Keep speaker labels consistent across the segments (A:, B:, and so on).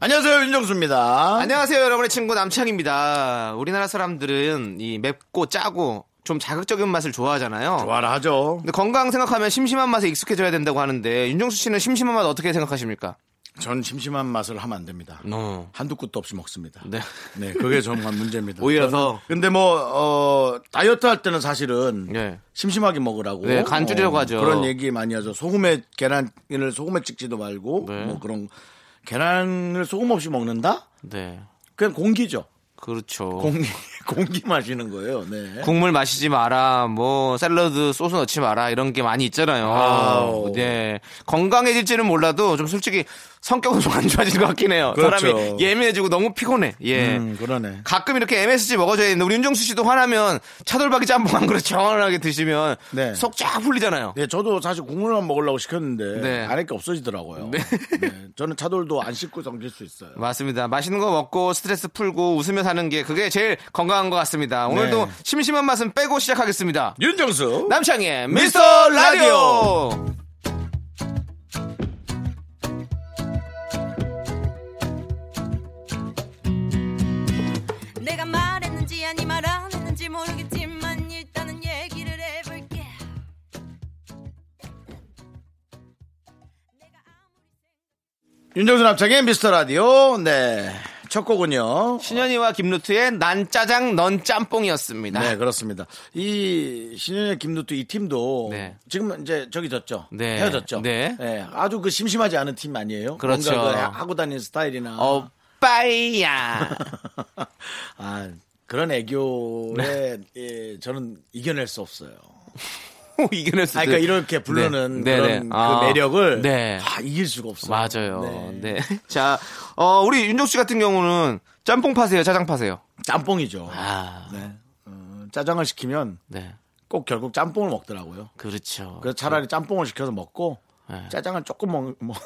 A: 안녕하세요 윤정수입니다.
B: 안녕하세요, 여러분의 친구 남창입니다. 우리나라 사람들은 이 맵고 짜고 좀 자극적인 맛을 좋아하잖아요.
A: 좋아라 하죠.
B: 근데 건강 생각하면 심심한 맛에 익숙해져야 된다고 하는데 윤정수 씨는 심심한 맛 어떻게 생각하십니까?
A: 전 심심한 맛을 하면 안 됩니다.
B: 어.
A: 한두 끝도 없이 먹습니다.
B: 네.
A: 네, 그게 정말 문제입니다.
B: 오히려
A: 저는-
B: 더.
A: 근데 뭐, 어, 다이어트 할 때는 사실은
B: 네.
A: 심심하게 먹으라고.
B: 네, 간 주려고
A: 어,
B: 하죠.
A: 그런 얘기 많이 하죠. 소금에 계란을 소금에 찍지도 말고
B: 네.
A: 뭐 그런 계란을 소금 없이 먹는다?
B: 네.
A: 그냥 공기죠.
B: 그렇죠.
A: 공기, 공기 마시는 거예요. 네.
B: 국물 마시지 마라, 뭐 샐러드 소스 넣지 마라 이런 게 많이 있잖아요.
A: 아우.
B: 네. 건강해질지는 몰라도 좀 솔직히 성격은 좀 안 좋아질 것 같긴 해요.
A: 그렇죠.
B: 사람이 예민해지고 너무 피곤해. 예.
A: 음, 그러네.
B: 가끔 이렇게 MSG 먹어줘야 되는데 우리 윤정수 씨도 화나면 차돌박이 짬뽕 한 그릇 정원하게 드시면
A: 네.
B: 속 쫙 풀리잖아요.
A: 네, 저도 사실 국물만 먹으려고 시켰는데
B: 네.
A: 안할 게 없어지더라고요. 네. 저는 차돌도 안 씻고 잠길 수 있어요.
B: 맞습니다. 맛있는 거 먹고 스트레스 풀고 웃으며 사는 게 그게 제일 건강한 것 같습니다. 오늘도
A: 네.
B: 심심한 맛은 빼고 시작하겠습니다.
A: 윤정수
B: 남창의
A: 미스터
B: 미스터
A: 라디오.
B: 라디오.
C: 내가 말했는지 아니 말 안 했는지 모르겠지만 일단은 얘기를 해볼게.
A: 윤정수 남창의 미스터 라디오. 네. 첫 곡은요.
B: 신현이와 김루트의 난 짜장 넌 짬뽕이었습니다.
A: 네, 그렇습니다. 이 신현의 김두투 이 팀도
B: 네.
A: 지금 이제 저기 졌죠.
B: 네.
A: 헤어졌죠.
B: 네.
A: 예, 아주 그 심심하지 않은 팀 아니에요?
B: 그렇죠.
A: 뭔가 그 하고 다니는 스타일이나
B: 어, 오빠야.
A: 아, 그런
B: 네.
A: 애교에 예, 저는 이겨낼 수 없어요.
B: 이겨낼 수.
A: 아, 그러니까
B: 있-
A: 이렇게 부르는
B: 네.
A: 그런
B: 네, 네.
A: 그
B: 아.
A: 매력을
B: 네.
A: 다 이길 수가 없어요.
B: 맞아요.
A: 네.
B: 네. 자, 어, 우리 윤종 씨 같은 경우는 짬뽕 파세요, 짜장 파세요.
A: 짬뽕이죠.
B: 아,
A: 네. 어, 짜장을 시키면
B: 네.
A: 꼭 결국 짬뽕을 먹더라고요.
B: 그렇죠.
A: 그래서 차라리 짬뽕을 시켜서 먹고
B: 네.
A: 짜장을 조금 먹, 먹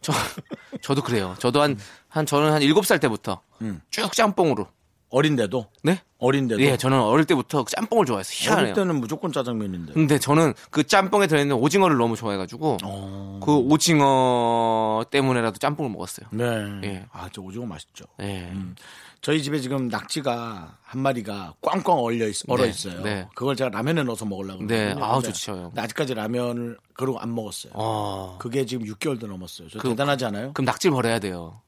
B: 저, 저도 그래요. 저도 한, 한, 저는 한 일곱 살 때부터
A: 음.
B: 쭉 짬뽕으로.
A: 어린데도
B: 네?
A: 어린데도
B: 예, 저는 어릴 때부터 짬뽕을 좋아해서
A: 어릴
B: 희한해요.
A: 때는 무조건 짜장면인데.
B: 근데 저는 그 짬뽕에 들어있는 오징어를 너무 좋아해가지고
A: 어.
B: 그 오징어 때문에라도 짬뽕을 먹었어요.
A: 네.
B: 예.
A: 아, 저 오징어 맛있죠.
B: 예.
A: 음. 저희 집에 지금 낙지가 한 마리가 꽝꽝 얼려 있, 얼어
B: 네,
A: 있어요.
B: 네.
A: 그걸 제가 라면에 넣어서 먹으려고
B: 네,
A: 그러거든요.
B: 아우,
A: 근데
B: 좋죠.
A: 아직까지 라면을 그러고 안 먹었어요.
B: 어.
A: 그게 지금 6개월도 넘었어요. 저
B: 그-
A: 대단하지 않아요?
B: 그럼 그, 낙지 버려야 돼요.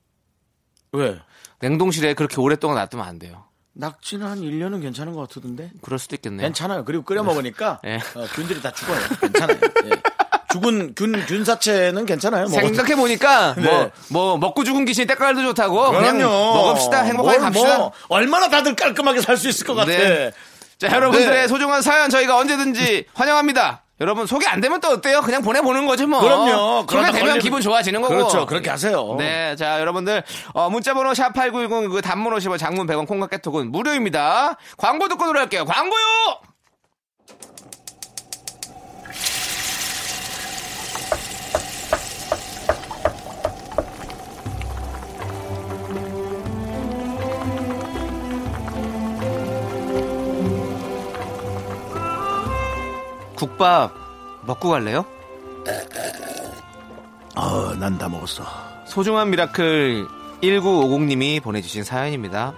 A: 왜?
B: 냉동실에 그렇게 오랫동안 놔두면 안 돼요.
A: 낙지는 한 1년은 괜찮은 것 같던데.
B: 그럴 수도 있겠네요.
A: 괜찮아요. 그리고 끓여 먹으니까
B: 네.
A: 어, 균들이 다 죽어요. 괜찮아요. 예. 죽은 균 균사체는 괜찮아요. 먹어도.
B: 뭐 생각해 보니까
A: 네.
B: 뭐 뭐 먹고 죽은 귀신 때깔도 좋다고 그냥
A: 그럼요.
B: 먹읍시다
A: 뭘
B: 행복하게 갑시다.
A: 뭐, 얼마나 다들 깔끔하게 살 수 있을 것 같아.
B: 네. 자 여러분들의
A: 네.
B: 소중한 사연 저희가 언제든지 환영합니다. 여러분 소개 안 되면 또 어때요? 그냥 보내보는 거지 뭐.
A: 그럼요.
B: 소개
A: 그러다
B: 되면
A: 걸리면-
B: 기분 좋아지는 거고.
A: 그렇죠. 그렇게 하세요.
B: 네, 자 여러분들 어, 문자번호 샵 #8910 그 단문 50원, 장문 100원, 콩과 깨톡은 무료입니다. 광고 듣고 돌아올게요. 광고요. 국밥 먹고 갈래요?
A: 어, 난 다 먹었어.
B: 소중한 미라클 1950님이 보내주신 사연입니다.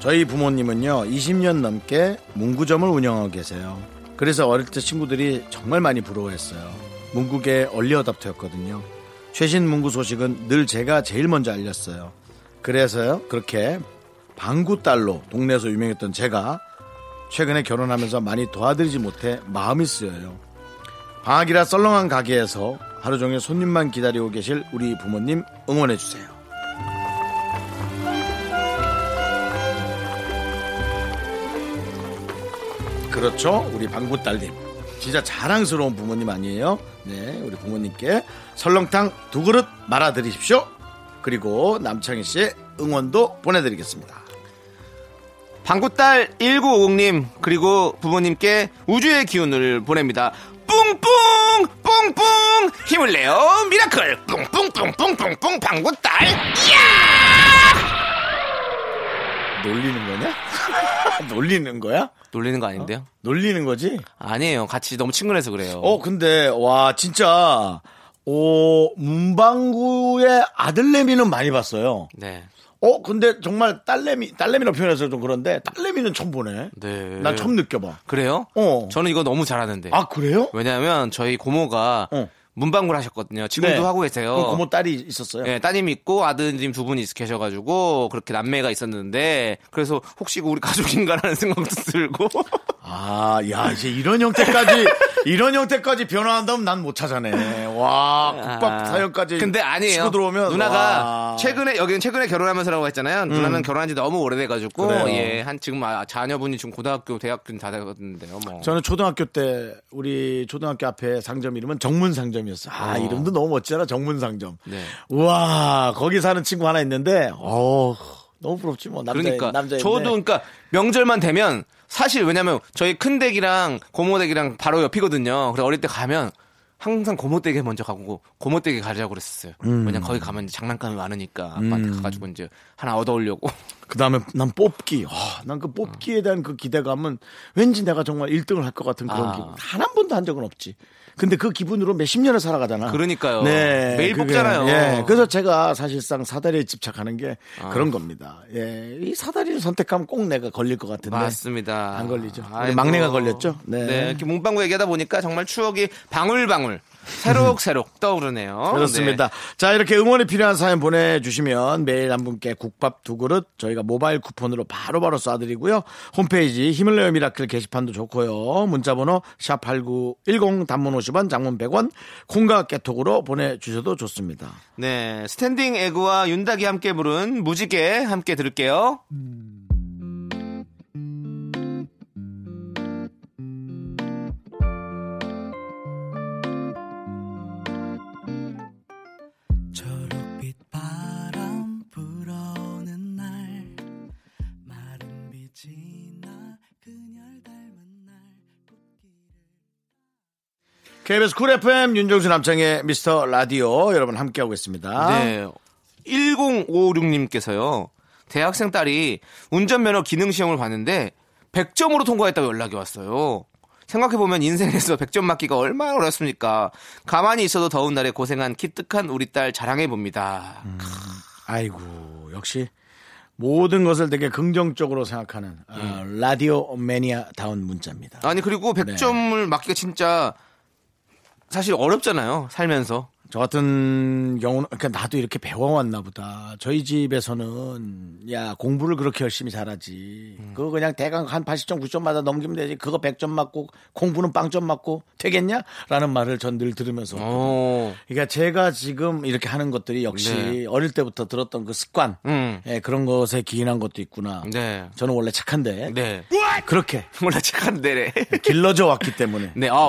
A: 저희 부모님은요, 20년 넘게 문구점을 운영하고 계세요. 그래서 어릴 때 친구들이 정말 많이 부러워했어요. 문구계 얼리어답터였거든요. 최신 문구 소식은 늘 제가 제일 먼저 알렸어요. 그래서요, 그렇게 방구 딸로 동네에서 유명했던 제가 최근에 결혼하면서 많이 도와드리지 못해 마음이 쓰여요. 방학이라 썰렁한 가게에서 하루 종일 손님만 기다리고 계실 우리 부모님 응원해주세요. 그렇죠 우리 방구 딸님 진짜 자랑스러운 부모님 아니에요? 네, 우리 부모님께 설렁탕 두 그릇 말아 드리십시오. 그리고 남창희 씨의 응원도 보내드리겠습니다.
B: 방구딸 1950님 그리고 부모님께 우주의 기운을 보냅니다. 뿡뿡 뿡뿡 힘을 내요 미라클 뿡뿡뿡뿡뿡뿡 방구딸 이야!
A: 놀리는 거냐? 놀리는 거야?
B: 놀리는 거 아닌데요?
A: 놀리는 거지?
B: 아니에요. 같이 너무 친근해서 그래요.
A: 어, 근데, 와, 진짜, 오, 문방구의 아들내미는 많이 봤어요.
B: 네.
A: 어, 근데 정말 딸내미, 딸내미라고 표현해서 좀 그런데, 딸내미는 처음 보네.
B: 네.
A: 난 처음 느껴봐.
B: 그래요?
A: 어.
B: 저는 이거 너무 잘하는데.
A: 아, 그래요?
B: 왜냐하면 저희 고모가
A: 어.
B: 문방구를 하셨거든요. 지금도
A: 네.
B: 하고 계세요.
A: 그 고모 딸이 있었어요.
B: 예, 따님 있고 아드님 두 분이 계셔가지고 그렇게 남매가 있었는데 그래서 혹시 이거 우리 가족인가라는 생각도 들고
A: 아, 야, 이제 이런 형태까지, 이런 형태까지 변화한다면 난 못 찾아내. 와, 국밥 사연까지.
B: 근데 아니에요.
A: 치고 들어오면.
B: 누나가
A: 와. 음.
B: 최근에 여기는 최근에 결혼하면서라고 했잖아요. 누나는 결혼한 지 너무 오래돼가지고
A: 그래요.
B: 예, 한 지금 아, 자녀분이 지금 고등학교, 대학교 다 되었는데요. 뭐.
A: 저는 초등학교 때 우리 초등학교 앞에 상점 이름은 정문 상점이었어. 아 이름도 너무 멋지잖아 정문 상점.
B: 네.
A: 우와 거기 사는 친구 하나 있는데 어 너무 부럽지 뭐 남자
B: 그러니까
A: 남자
B: 저도
A: 있네.
B: 그러니까 명절만 되면 사실 왜냐면 저희 큰 댁이랑 고모 댁이랑 바로 옆이거든요. 그래서 어릴 때 가면 항상 고모 댁에 먼저 가고 고모 댁에 가자고 그랬었어요.
A: 음.
B: 왜냐 면 거기 가면 이제 장난감이 많으니까 아빠한테 가가지고 이제 하나 얻어오려고.
A: 그다음에 난 뽑기. 난 그 뽑기에 대한 그 기대감은 왠지 내가 정말 1등을 할 것 같은 그런
B: 아.
A: 기분. 단 한 번도 한 적은 없지. 근데 그 기분으로 몇십 년을 살아가잖아. 네.
B: 그러니까요. 매일 뽑잖아요.
A: 예. 그래서 제가 사실상 사다리에 집착하는 게
B: 아.
A: 그런 겁니다. 예. 이 사다리를 선택하면 꼭 내가 걸릴 것 같은데.
B: 맞습니다.
A: 안 걸리죠. 우리
B: 아이고.
A: 막내가 걸렸죠? 네.
B: 이렇게 문방구 얘기하다 보니까 정말 추억이 방울방울 새록새록 어, 떠오르네요.
A: 그렇습니다. 자, 이렇게 응원이 필요한 사연 보내주시면 매일 한 분께 국밥 두 그릇 저희가 모바일 쿠폰으로 바로바로 쏴드리고요. 홈페이지 힘을 내요 미라클 게시판도 좋고요. 문자번호 샵8910 단문 50원 장문 100원 콩과 깨톡으로 보내주셔도 좋습니다.
B: 네. 네, 스탠딩 에그와 윤닥이 함께 부른 무지개 함께 들을게요.
D: 초록빛 바람 불어오는 날 마른 빛이 나 그녀를 닮은 날 꽃길을
A: KBS 쿨 FM 윤정수 남창의 미스터 라디오 여러분 함께하고 있습니다.
B: 네. 1056님께서요. 대학생 딸이 운전면허 기능 시험을 봤는데 100점으로 통과했다고 연락이 왔어요. 생각해보면 인생에서 100점 맞기가 얼마나 어렵습니까? 가만히 있어도 더운 날에 고생한 기특한 우리 딸 자랑해봅니다.
A: 음. 아이고 역시 모든 것을 되게 긍정적으로 생각하는 어, 라디오 매니아 다운 문자입니다.
B: 아니, 그리고
A: 네.
B: 100점을 맞기가 진짜 사실 어렵잖아요. 살면서.
A: 저 같은 경우는 그러니까 나도 이렇게 배워왔나 보다. 저희 집에서는 야 공부를 그렇게 열심히 잘하지.
B: 음.
A: 그거 그냥 대강 한 80점 9점마다 넘기면 되지. 그거 100점 맞고 공부는 0점 맞고 되겠냐?라는 말을 전 늘 들으면서.
B: 어. 오.
A: 그러니까 제가 지금 이렇게 하는 것들이 역시
B: 네.
A: 어릴 때부터 들었던 그 습관,
B: 음.
A: 예, 그런 것에 기인한 것도 있구나.
B: 네.
A: 저는 원래 착한데 아,
B: 네.
A: 그렇게
B: 몰라, 착한데래.
A: 길러져 왔기 때문에.
B: 네, 어,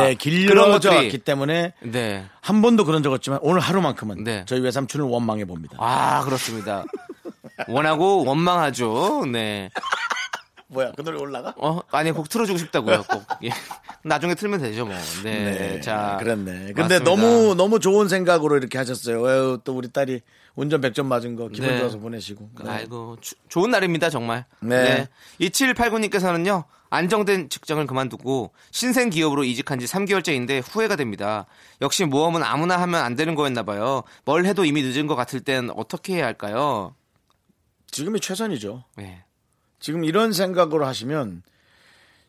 A: 네. 예,
B: 그런
A: 길러져
B: 것들이.
A: 왔기 때문에
B: 네.
A: 한 번도 그런 적 없지만 오늘 하루만큼은
B: 네.
A: 저희 외삼촌을 원망해 봅니다.
B: 아 그렇습니다. 원하고 원망하죠. 네.
A: 뭐야 그 노래 올라가?
B: 어 아니 곡 틀어주고 싶다고요. 꼭 예. 나중에 틀면 되죠 뭐. 네. 자
A: 그렇네. 근데
B: 맞습니다.
A: 너무 너무 좋은 생각으로 이렇게 하셨어요. 에휴, 또 우리 딸이 운전 100점 맞은 거 기분
B: 네.
A: 좋아서 보내시고. 네.
B: 아이고 추- 좋은 날입니다 정말.
A: 네.
B: 네. 2789님께서는요 안정된 직장을 그만두고 신생 기업으로 이직한 지 3개월째인데 후회가 됩니다. 역시 모험은 아무나 하면 안 되는 거였나 봐요. 뭘 해도 이미 늦은 것 같을 땐 어떻게 해야 할까요?
A: 지금이 최선이죠.
B: 네.
A: 지금 이런 생각으로 하시면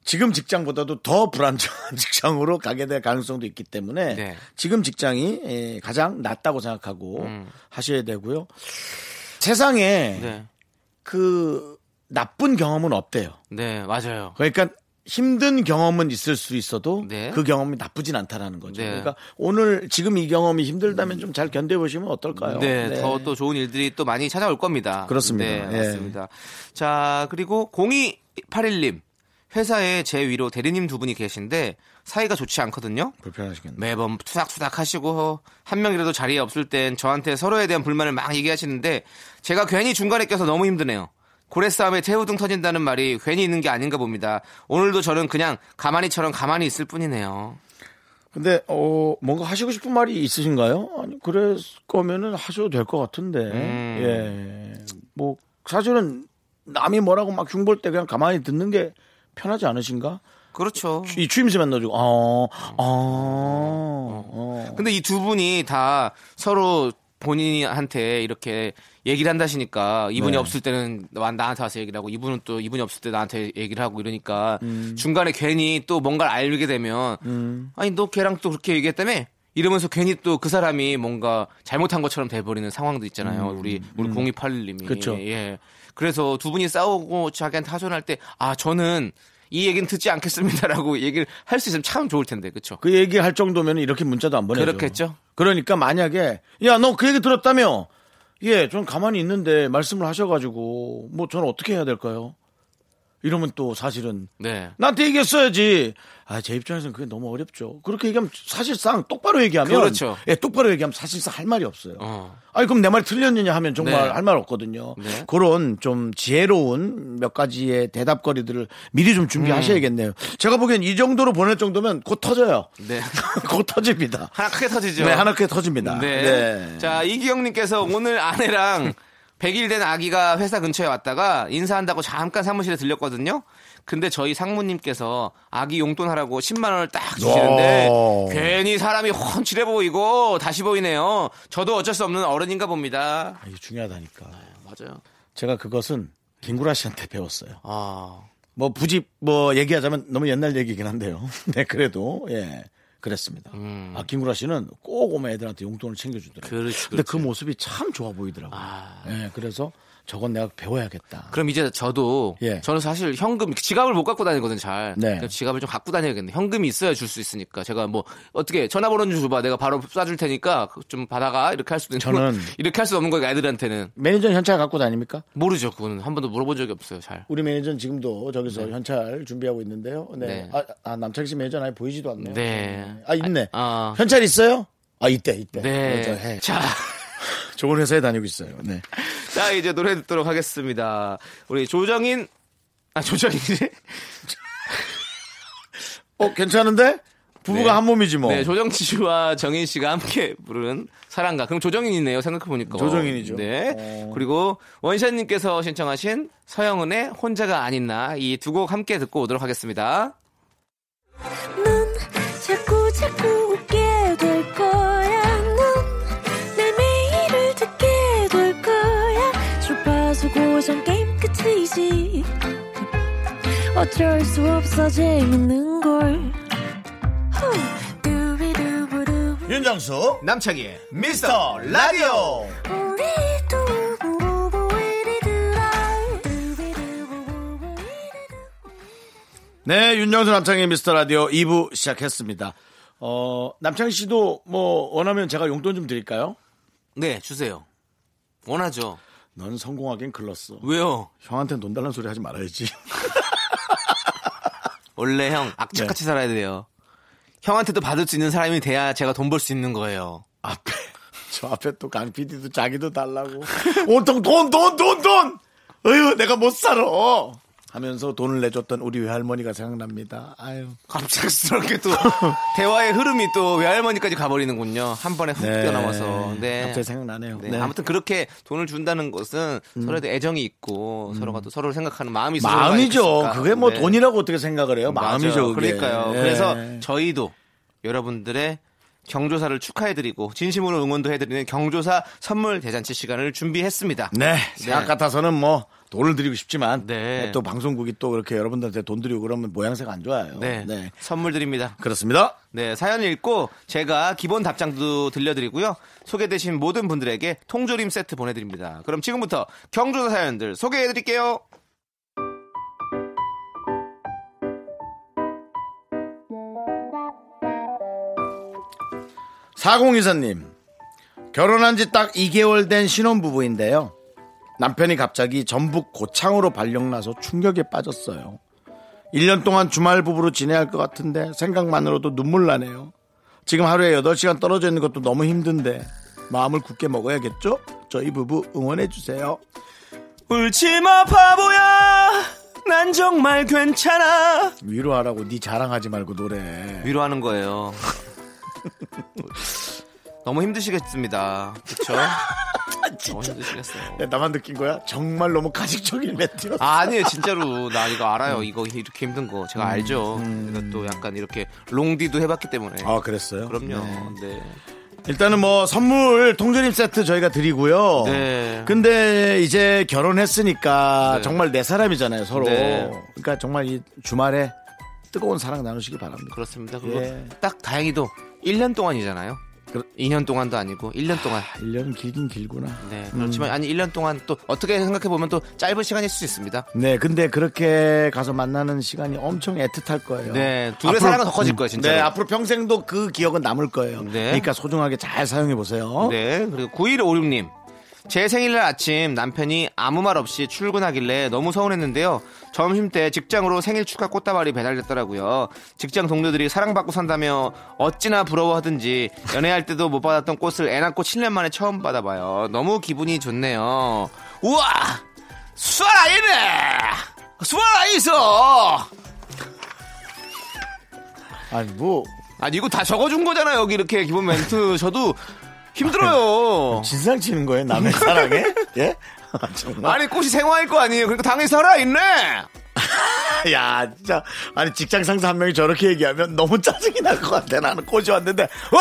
A: 지금 직장보다도 더 불안정한 직장으로 가게 될 가능성도 있기 때문에
B: 네.
A: 지금 직장이 예, 가장 낫다고 생각하고 하셔야 되고요. 세상에
B: 음. 네.
A: 그 나쁜 경험은 없대요.
B: 네 맞아요.
A: 그러니까 힘든 경험은 있을 수 있어도
B: 네.
A: 그 경험이 나쁘진 않다라는 거죠.
B: 네.
A: 그러니까 오늘 지금 이 경험이 힘들다면 좀 잘 견뎌보시면 어떨까요?
B: 네, 더 또 좋은 일들이 또 많이 찾아올 겁니다.
A: 그렇습니다.
B: 네,
A: 예.
B: 맞습니다. 자, 그리고 0281님. 회사에 제 위로 대리님 두 분이 계신데 사이가 좋지 않거든요.
A: 불편하시겠네.
B: 매번 투닥투닥 하시고 한 명이라도 자리에 없을 땐 저한테 서로에 대한 불만을 막 얘기하시는데 제가 괜히 중간에 껴서 너무 힘드네요. 고래 싸움에 태우등 터진다는 말이 괜히 있는 게 아닌가 봅니다. 오늘도 저는 그냥 가만히처럼 가만히 있을 뿐이네요.
A: 근데 어 뭔가 하시고 싶은 말이 있으신가요? 아니 그럴 거면은 하셔도 될 것 같은데
B: 음.
A: 예. 뭐 사실은 남이 뭐라고 막 흉볼 때 그냥 가만히 듣는 게 편하지 않으신가?
B: 그렇죠.
A: 이 추임새 만나지고 어, 어, 어.
B: 근데 이 두 분이 다 서로 본인한테 이렇게 얘기를 한다시니까 이분이
A: 네.
B: 없을 때는 나- 나한테 와서 얘기를 하고 이분은 또 이분이 없을 때 나한테 얘기를 하고 이러니까
A: 음.
B: 중간에 괜히 또 뭔가를 알게 되면 아니 너 걔랑 또 그렇게 얘기했다며 이러면서 괜히 또 그 사람이 뭔가 잘못한 것처럼 돼버리는 상황도 있잖아요 우리 우리 0281님이
A: 음. 그쵸.
B: 예 그래서 두 분이 싸우고 자기한테 하소연할 때 아 저는 이 얘기는 듣지 않겠습니다라고 얘기를 할 수 있으면 참 좋을 텐데 그쵸
A: 그 얘기할 정도면 이렇게 문자도 안 보내죠.
B: 그렇겠죠.
A: 그러니까 만약에 야 너 그 얘기 들었다며? 예, 전 가만히 있는데 말씀을 하셔가지고 뭐 저는 어떻게 해야 될까요? 이러면 또 사실은
B: 네
A: 나한테 얘기했어야지. 아, 제 입장에서는 그게 너무 어렵죠. 그렇게 얘기하면 사실상 똑바로 얘기하면
B: 그렇죠.
A: 예, 똑바로 얘기하면 사실상 할 말이 없어요.
B: 어.
A: 아니 그럼 내 말이 틀렸느냐 하면 정말
B: 네.
A: 할 말 없거든요.
B: 네.
A: 그런 좀 지혜로운 몇 가지의 대답거리들을 미리 좀 준비하셔야겠네요. 제가 보기엔 이 정도로 보낼 정도면 곧 터져요.
B: 음. 네.
A: 곧 터집니다.
B: 하나 크게 터지죠.
A: 네, 하나 크게 터집니다.
B: 네. 자, 이기영님께서 오늘 아내랑 100일 된 아기가 회사 근처에 왔다가 인사한다고 잠깐 사무실에 들렸거든요. 근데 저희 상무님께서 아기 용돈 하라고 10만 원을 딱 주시는데
A: 와.
B: 괜히 사람이 훤칠해 보이고 다시 보이네요. 저도 어쩔 수 없는 어른인가 봅니다.
A: 아, 이게 중요하다니까.
B: 맞아요.
A: 제가 그것은 김구라 씨한테 배웠어요.
B: 아,
A: 뭐 굳이 뭐 얘기하자면 너무 옛날 얘기긴 한데요. 네, 그래도 예. 그랬습니다. 아 김구라 씨는 꼭 오면 애들한테 용돈을 챙겨주더라고요.
B: 음. 그렇죠, 그렇지,
A: 근데 그
B: 그렇지.
A: 모습이 참 좋아 보이더라고요. 예, 그래서 저건 내가 배워야겠다.
B: 그럼 이제 저도
A: 예.
B: 저는 사실 현금 지갑을 못 갖고 다니거든 잘.
A: 네.
B: 그래서 지갑을 좀 갖고 다녀야겠네. 현금이 있어야 줄 수 있으니까 제가 뭐 어떻게 전화번호 좀 줘봐. 내가 바로 쏴줄 테니까 좀 받아가 이렇게 할 수도 있는.
A: 저는-
B: 이렇게 할 수 없는 거니까 애들한테는
A: 매니저 현찰 갖고 다닙니까?
B: 모르죠. 그거는 한 번도 물어본 적이 없어요. 잘.
A: 우리 매니저는 지금도 저기서 현찰 준비하고 있는데요. 네.
B: 네.
A: 아, 아, 남창희 씨 매니저는 아예 보이지도 않네요.
B: 네.
A: 아 있네.
B: 아, 아.
A: 현찰 있어요? 아 이때 이때.
B: 네.
A: 저 해.
B: 자,
A: 좋은 회사에 다니고 있어요. 네.
B: 자 이제 노래 듣도록 하겠습니다. 우리 조정인 아 조정인이
A: 어 괜찮은데? 부부가
B: 네.
A: 한 몸이지 뭐.
B: 네, 조정치 씨와 정인 씨가 함께 부른 사랑가. 그럼 조정인이네요. 생각해 보니까.
A: 조정인이죠. 어.
B: 네. 그리고 원샷님께서 신청하신 서영은의 혼자가 아닌 나 이 두 곡 함께 듣고 오도록 하겠습니다.
C: 넌 자꾸 자꾸 웃게 될 거야. 넌내 매일을 듣게 될 거야. 주파수 고정 게임 끝이지. 어쩔 수 없어 재밌는 걸. 후. 두비두부두.
A: 윤정수
B: 남창희의
A: 미스터 라디오.
C: 우리 두부부부 우리들아. 두비두부부부 우리들아.
A: 네, 윤정수 남창희 미스터 라디오 2부 시작했습니다. 어, 남창희 씨도 뭐 원하면 제가 용돈 좀 드릴까요?
B: 네, 주세요. 원하죠.
A: 넌 성공하긴 글렀어.
B: 왜요?
A: 형한테 돈 달라는 소리 하지 말아야지.
B: 원래 형
A: 네.
B: 악착같이 살아야 돼요. 형한테도 받을 수 있는 사람이 돼야 제가 돈 벌 수 있는 거예요.
A: 앞에 저 앞에 또 강 PD도 자기도 달라고 온통 돈 돈 돈 돈. 어휴, 내가 못 살아. 하면서 돈을 내줬던 우리 외할머니가 생각납니다. 아유.
B: 갑작스럽게 또 대화의 흐름이 또 외할머니까지 가버리는군요. 한 번에 훅 뛰어나와서. 네.
A: 네. 갑자기 생각나네요.
B: 네,
A: 네.
B: 아무튼 그렇게 돈을 준다는 것은 서로에 애정이 있고 서로가 또 서로를 생각하는 마음이 있어서 그런 거
A: 음. 마음이죠.
B: 아니겠습니까?
A: 그게 뭐
B: 네.
A: 돈이라고 어떻게 생각을 해요?
B: 맞아요.
A: 마음이죠. 그게.
B: 그러니까요.
A: 예.
B: 그래서 저희도 여러분들의 경조사를 축하해드리고 진심으로 응원도 해드리는 경조사 선물 대잔치 시간을 준비했습니다.
A: 네. 생각 같아서는 뭐 돈을 드리고 싶지만
B: 네.
A: 네, 또 방송국이 또 그렇게 여러분들한테 돈 드리고 그러면 모양새가 안 좋아요.
B: 네.
A: 네.
B: 선물 드립니다.
A: 그렇습니다.
B: 네, 사연 읽고 제가 기본 답장도 들려드리고요. 소개되신 모든 분들에게 통조림 세트 보내드립니다. 그럼 지금부터 경조사 사연들 소개해드릴게요.
A: 사공이사님 결혼한 지 딱 2개월 된 신혼부부인데요. 남편이 갑자기 전북 고창으로 발령 나서 충격에 빠졌어요. 1년 동안 주말 부부로 지내야 할 것 같은데 생각만으로도 눈물 나네요. 지금 하루에 8시간 떨어져 있는 것도 너무 힘든데 마음을 굳게 먹어야겠죠? 저희 부부 응원해 주세요.
B: 울지마 바보야 난 정말 괜찮아
A: 위로하라고 네 자랑하지 말고 노래.
B: 위로하는 거예요 너무 힘드시겠습니다 그쵸? 너무 힘드시겠어요
A: 야, 네, 나만 느낀 거야? 정말 너무 가식적인 멘트였어.
B: 아, 아니에요 진짜로 나 이거 알아요 이거 이렇게 힘든 거
A: 음,
B: 제가 알죠 제가 또 약간 이렇게 롱디도 해봤기 때문에
A: 아, 그랬어요?
B: 그럼요 네.
A: 일단은 뭐 선물 통조림 세트 저희가 드리고요.
B: 네.
A: 어. 근데 이제 결혼했으니까
B: 네.
A: 정말 내 사람이잖아요, 서로.
B: 네.
A: 그러니까 정말 이 주말에 뜨거운 사랑 나누시기 바랍니다.
B: 그렇습니다 그리고
A: 예.
B: 딱 다행히도 1년 동안이잖아요
A: 그렇-
B: 2년 동안도 아니고 1년 동안
A: 1년은 길긴 길구나.
B: 네, 그렇지만 아니 1년 동안 또 어떻게 생각해 보면 또 짧은 시간일 수 있습니다.
A: 네, 근데 그렇게 가서 만나는 시간이 엄청 애틋할 거예요.
B: 네, 둘의
A: 앞으로-
B: 사랑은 더 커질 거예요, 진짜.
A: 네, 앞으로 평생도 그 기억은 남을 거예요.
B: 네.
A: 그러니까 소중하게 잘 사용해 보세요.
B: 네, 그리고 9156님. 제 생일날 아침 남편이 아무 말 없이 출근하길래 너무 서운했는데요. 점심 때 직장으로 생일 축하 꽃다발이 배달됐더라고요. 직장 동료들이 사랑받고 산다며 어찌나 부러워하든지 연애할 때도 못 받았던 꽃을 애 낳고 7년 만에 처음 받아봐요. 너무 기분이 좋네요. 우와! 수아라 이네! 수아라 있어!
A: 아니 뭐
B: 아니 이거 다 적어준 거잖아 여기 이렇게 기본 멘트 저도 힘들어요
A: 진상 치는 거예요, 남의 사랑에? 예? 정말.
B: 아니 꽃이 생화일 거 아니에요 그러니까 당연히 살아있네
A: 아, 야, 진짜. 아니, 직장 상사 한 명이 저렇게 얘기하면 너무 짜증이 날 것 같아. 나는 꼬지 왔는데, 와!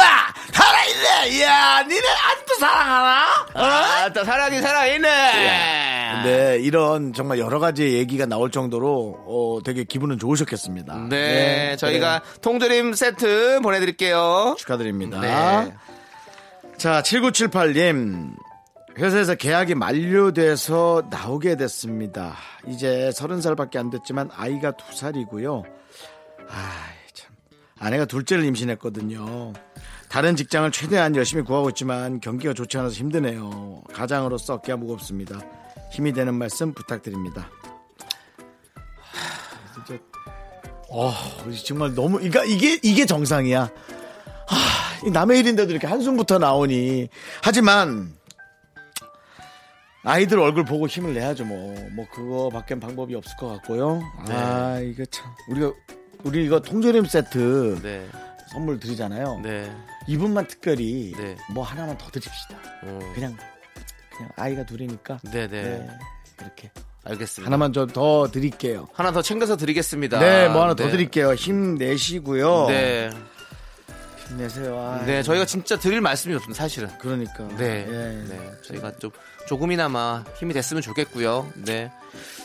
A: 살아있네! 야, 니네 아직도 사랑하나? 어?
B: 아또 살아긴 예. 살아있네
A: 근데 이런 정말 여러 가지 얘기가 나올 정도로 어, 되게 기분은 좋으셨겠습니다. 예,
B: 네, 저희가 통조림 세트 보내드릴게요
A: 축하드립니다.
B: 네.
A: 자, 7978님. 회사에서 계약이 만료돼서 나오게 됐습니다. 이제 30살밖에 안 됐지만 아이가 두살이고요 아, 참. 아내가 둘째를 임신했거든요. 다른 직장을 최대한 열심히 구하고 있지만 경기가 좋지 않아서 힘드네요. 가장으로서 어깨가 무겁습니다. 힘이 되는 말씀 부탁드립니다. 하, 진짜 어, 정말 너무 그러니까 이게 이게 정상이야. 아, 이 남의 일인데도 이렇게 한숨부터 나오니. 하지만, 아이들 얼굴 보고 힘을 내야죠, 뭐. 뭐, 그거 밖엔 방법이 없을 것 같고요.
B: 네.
A: 아, 이거 참. 우리가, 우리 이거 통조림 세트
B: 네,
A: 선물 드리잖아요.
B: 네.
A: 이분만 특별히
B: 네.
A: 뭐 하나만 더 드립시다. 그냥, 그냥 아이가 둘이니까.
B: 어. 네네
A: 네, 이렇게.
B: 알겠습니다 하나,
A: 하나만 좀 더 드릴게요.
B: 더 챙겨서 드리겠습니다
A: 네, 뭐 하나 더
B: 네.
A: 드릴게요. 힘내시고요.
B: 네.
A: 힘내세요. 아,
B: 네 저희가 진짜 드릴 말씀이 없습니다 사실은
A: 그러니까.
B: 네.
A: 예.
B: 네. 저희가 좀 조금이나마 힘이 됐으면 좋겠고요. 네.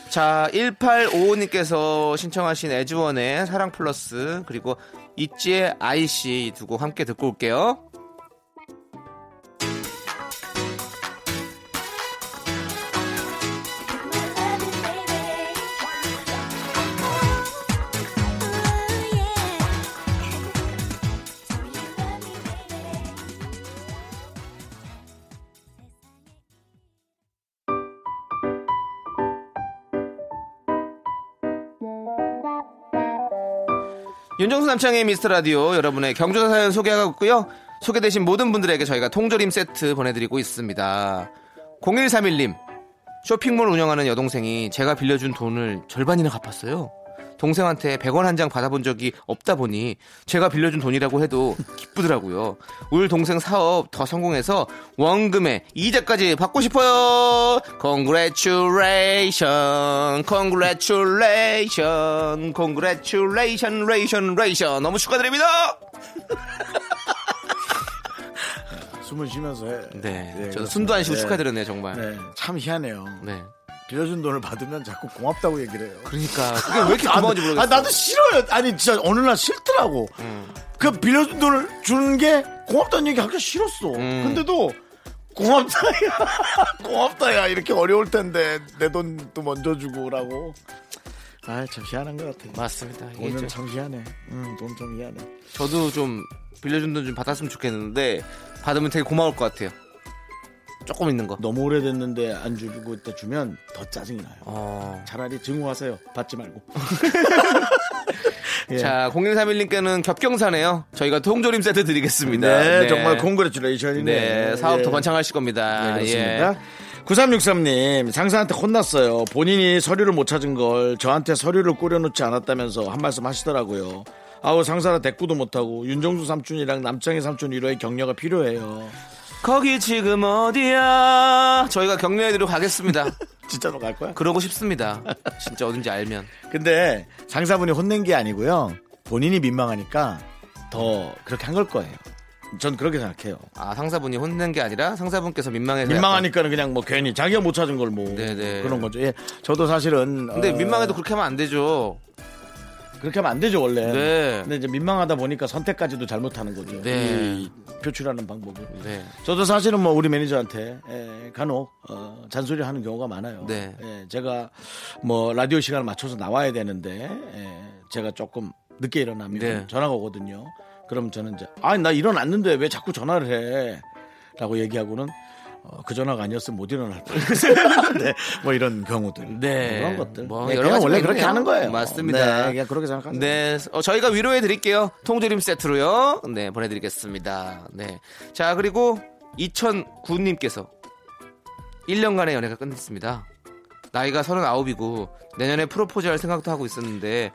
B: 자, 1855님께서 신청하신 에즈원의 사랑 플러스 그리고 있지의 아이씨 두 곡 함께 듣고 올게요. 윤정수 남창의 미스터 라디오 여러분의 경조사 사연 소개하고 있고요. 소개되신 모든 분들에게 저희가 통조림 세트 보내드리고 있습니다. 0131님 쇼핑몰 운영하는 여동생이 제가 빌려준 돈을 절반이나 갚았어요. 동생한테 100원 한 장 받아본 적이 없다 보니 제가 빌려준 돈이라고 해도 기쁘더라고요. 울 동생 사업 더 성공해서 원금에 이자까지 받고 싶어요. Congratulation, Congratulation, Congratulation, Ration, Ration. 너무 축하드립니다.
A: 숨을 쉬면서 해.
B: 네,
A: 예,
B: 저도
A: 그렇습니다.
B: 숨도 안 쉬고
A: 네.
B: 축하드렸네요 정말. 네.
A: 네, 참 희한해요. 빌려준 돈을 받으면 자꾸 고맙다고 얘기를 해요.
B: 그러니까 그게 왜 이렇게
A: 아,
B: 고마운지
A: 아,
B: 모르겠어요. 음.
A: 나도 싫어요. 아니, 진짜 어느 날 싫더라고. 그 빌려준 돈을 주는 게 고맙다는 얘기 하기가 싫었어.
B: 음.
A: 근데도 고맙다, 야. 고맙다, 야. 이렇게 어려울 텐데 내 돈도 먼저 주고라고. 아, 참 희한한 것 같아요.
B: 맞습니다. 이게
A: 오늘
B: 좀-
A: 참 희한해. 음, 돈 참 희한해.
B: 저도 좀 빌려준 돈 좀 받았으면 좋겠는데 받으면 되게 고마울 것 같아요. 조금 있는 거.
A: 너무 오래됐는데 안 주고 있다 주면 더 짜증이 나요.
B: 어.
A: 차라리 증오하세요. 받지 말고. 예.
B: 자, 0131님께는 겹경사네요. 저희가 통조림 세트 드리겠습니다.
A: 네, 정말 공그레츄레이션이네. 예. 네,
B: 네, 사업 더 번창하실 겁니다.
A: 그렇습니다.
B: 예.
A: 9363님, 상사한테 혼났어요. 본인이 서류를 못 찾은 걸 저한테 서류를 꾸려놓지 않았다면서 한 말씀 하시더라고요. 아우, 상사라 대꾸도 못하고, 윤정수 삼촌이랑 남창희 삼촌 위로의 격려가 필요해요.
B: 거기 지금 어디야? 저희가 격려해드리고 가겠습니다.
A: 진짜로 갈 거야?
B: 그러고 싶습니다. 진짜 어딘지 알면.
A: 근데 상사분이 혼낸 게 아니고요. 본인이 민망하니까 더 그렇게 한 걸 거예요. 전 그렇게 생각해요.
B: 아, 상사분이 혼낸 게 아니라 상사분께서 민망해서.
A: 민망하니까는 그냥 뭐 괜히 자기가 못 찾은 걸 뭐
B: 네, 네네.
A: 그런 거죠. 예, 저도 사실은
B: 약간- 근데
A: 어,
B: 민망해도 그렇게 하면 안 되죠.
A: 그렇게 하면 안 되죠 원래.
B: 네.
A: 근데 이제 민망하다 보니까 선택까지도 잘못하는 거죠.
B: 네.
A: 이 표출하는 방법을.
B: 네.
A: 저도 사실은 뭐 우리 매니저한테 예, 간혹 어, 잔소리 하는 경우가 많아요.
B: 네.
A: 예, 제가 뭐 라디오 시간을 맞춰서 나와야 되는데 예, 제가 조금 늦게 일어나면
B: 네.
A: 전화가 오거든요. 그럼 저는 이제 아니 나 일어났는데 왜 자꾸 전화를 해? 라고 얘기하고는 어, 그 전화가 아니었으면 못 일어날 뻔했어요. 네, 뭐 이런 경우들,
B: 네.
A: 그런 것들.
B: 뭐
A: 예,
B: 여러
A: 그냥
B: 가지가
A: 원래 그렇게
B: 있네요.
A: 하는 거예요.
B: 맞습니다.
A: 네, 그냥 그렇게 생각하는 요
B: 네, 어, 저희가 위로해 드릴게요. 통조림 세트로요. 네, 보내드리겠습니다. 네. 자, 그리고 2009님께서 1년간의 연애가 끝났습니다. 나이가 39이고 내년에 프로포즈 할 생각도 하고 있었는데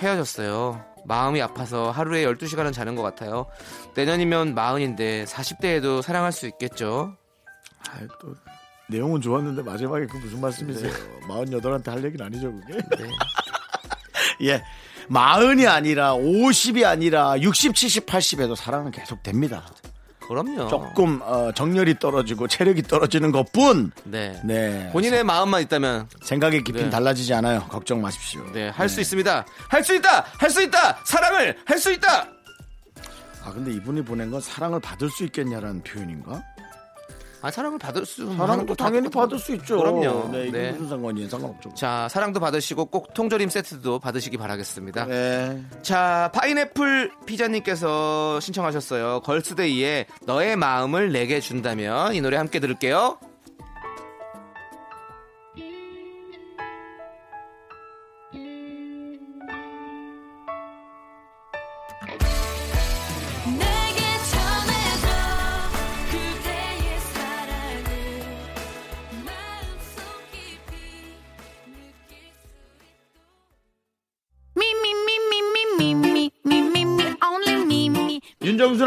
B: 헤어졌어요. 마음이 아파서 하루에 12시간은 자는 것 같아요. 내년이면 마흔인데 40대에도 사랑할 수 있겠죠?
A: 아이, 또 내용은 좋았는데 마지막에 그 무슨 말씀이세요? 마흔여덟한테 할 얘기는 아니죠 그게?
B: 네,
A: 예, 마흔이 아니라 50이 아니라 60, 70, 80에도 사랑은 계속 됩니다.
B: 그럼요.
A: 조금 어, 정열이 떨어지고 체력이 떨어지는 것뿐
B: 네.
A: 네
B: 본인의 마음만 있다면
A: 생각의 깊이는
B: 네.
A: 달라지지 않아요. 걱정 마십시오.
B: 네, 할 수 있습니다. 할 수 있다. 할 수 있다. 사랑을 할 수 있다.
A: 아 근데 이분이 보낸 건 사랑을 받을 수 있겠냐라는 표현인가?
B: 아 사랑을 받을 수 하는
A: 사랑도
B: 거
A: 당연히
B: 다-
A: 받을 수 있죠.
B: 그럼요.
A: 네, 이게
B: 네.
A: 무슨 상관이에요? 상관없죠.
B: 자 사랑도 받으시고 꼭 통조림 세트도 받으시기 바라겠습니다.
A: 네.
B: 자 파인애플 피자님께서 신청하셨어요. 걸스데이의 너의 마음을 내게 준다면 이 노래 함께 들을게요.
C: 내게 전해줘 그대의 사랑을 마음속 깊이 느낄 수 있도록
E: Me, me, me, me, me, me, me, me, me, me, only me, me.
A: 윤정수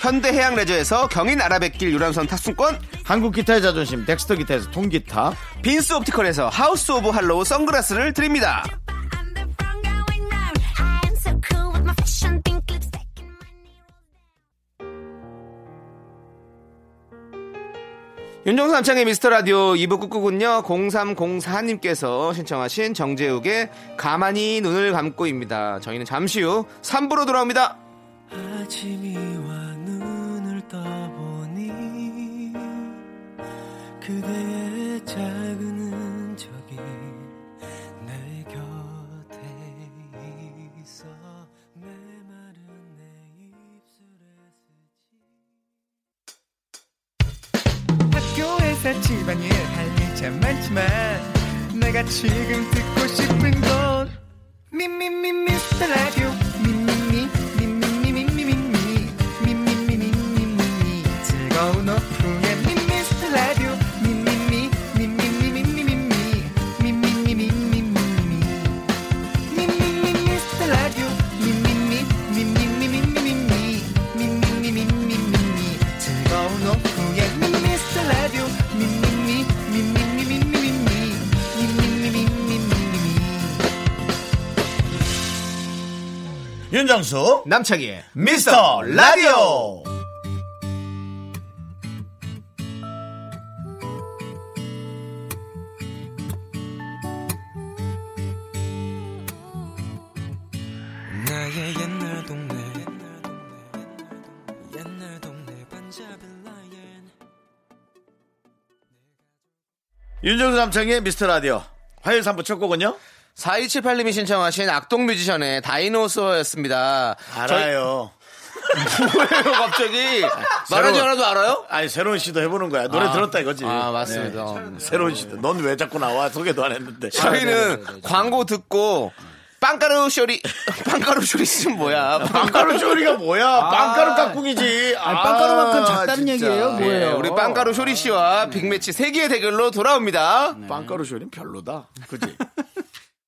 B: 현대해양레저에서 경인 아라뱃길 유람선 탑승권,
A: 한국 기타의 자존심 덱스터 기타에서 통기타,
B: 빈스 옵티컬에서 하우스 오브 할로우 선글라스를 드립니다.
E: I'm the one going round. I am so cool with my fashion, pink lipstick. and my
B: 윤정수 남창의 미스터 라디오 2부 꾹꾹은요, 0304님께서 신청하신 정재욱의 가만히 눈을 감고입니다. 저희는 잠시 후 3부로 돌아옵니다.
D: 아침이와 눈을 떠보니 그대의 작은 흔적이 내 곁에 있어 내 말은 내 입술에 스치
F: 학교에서 집안일 할 일 참 많지만 내가 지금 듣고 싶은 건 미미미 미스터 라디오 미미미 미미미 미미미 미미미 미미미 미미미 즐거운 오후에 미미스터 라디오 미미미 미미미 미미미 미미미 미미미 미미미 미스터 라디오 미미미 미미미 미미미 미미미 미미미 즐거운 오후에 미스터 라디오 미미미 미미미 미미미 미미미 미미미
A: 윤정수 남창희의 미스터 라디오
D: 되게 옛날 동네 옛날 동네 반자빌라엔
A: 윤정수 남창의 미스터 라디오. 화요일 3부 첫 곡은요?
B: 4278님이 신청하신 악동 뮤지션의 다이노소였습니다.
A: 알아요.
B: 저희, 뭐예요, 갑자기? 말하지
A: 새로운-
B: 않아도 알아요?
A: 아니, 새로운 시도 해보는 거야. 노래
B: 아.
A: 들었다 이거지.
B: 아, 맞습니다. 음.
A: 새로운 시도. 넌 왜 자꾸 나와? 소개도 안 했는데. 네,
B: 저희는 광고 듣고 빵가루 쇼리, 빵가루 쇼리 씨는 뭐야?
A: 빵가루 조리가 뭐야? 빵가루 깍꿍이지.
F: 아. 아니, 빵가루만큼 작다는
A: 진짜.
F: 얘기예요?
B: 예,
F: 뭐예요? 음.
B: 우리 빵가루 쇼리 씨와 빅매치 세계의 대결로 돌아옵니다.
F: 네.
A: 빵가루 조리는 별로다. 그지?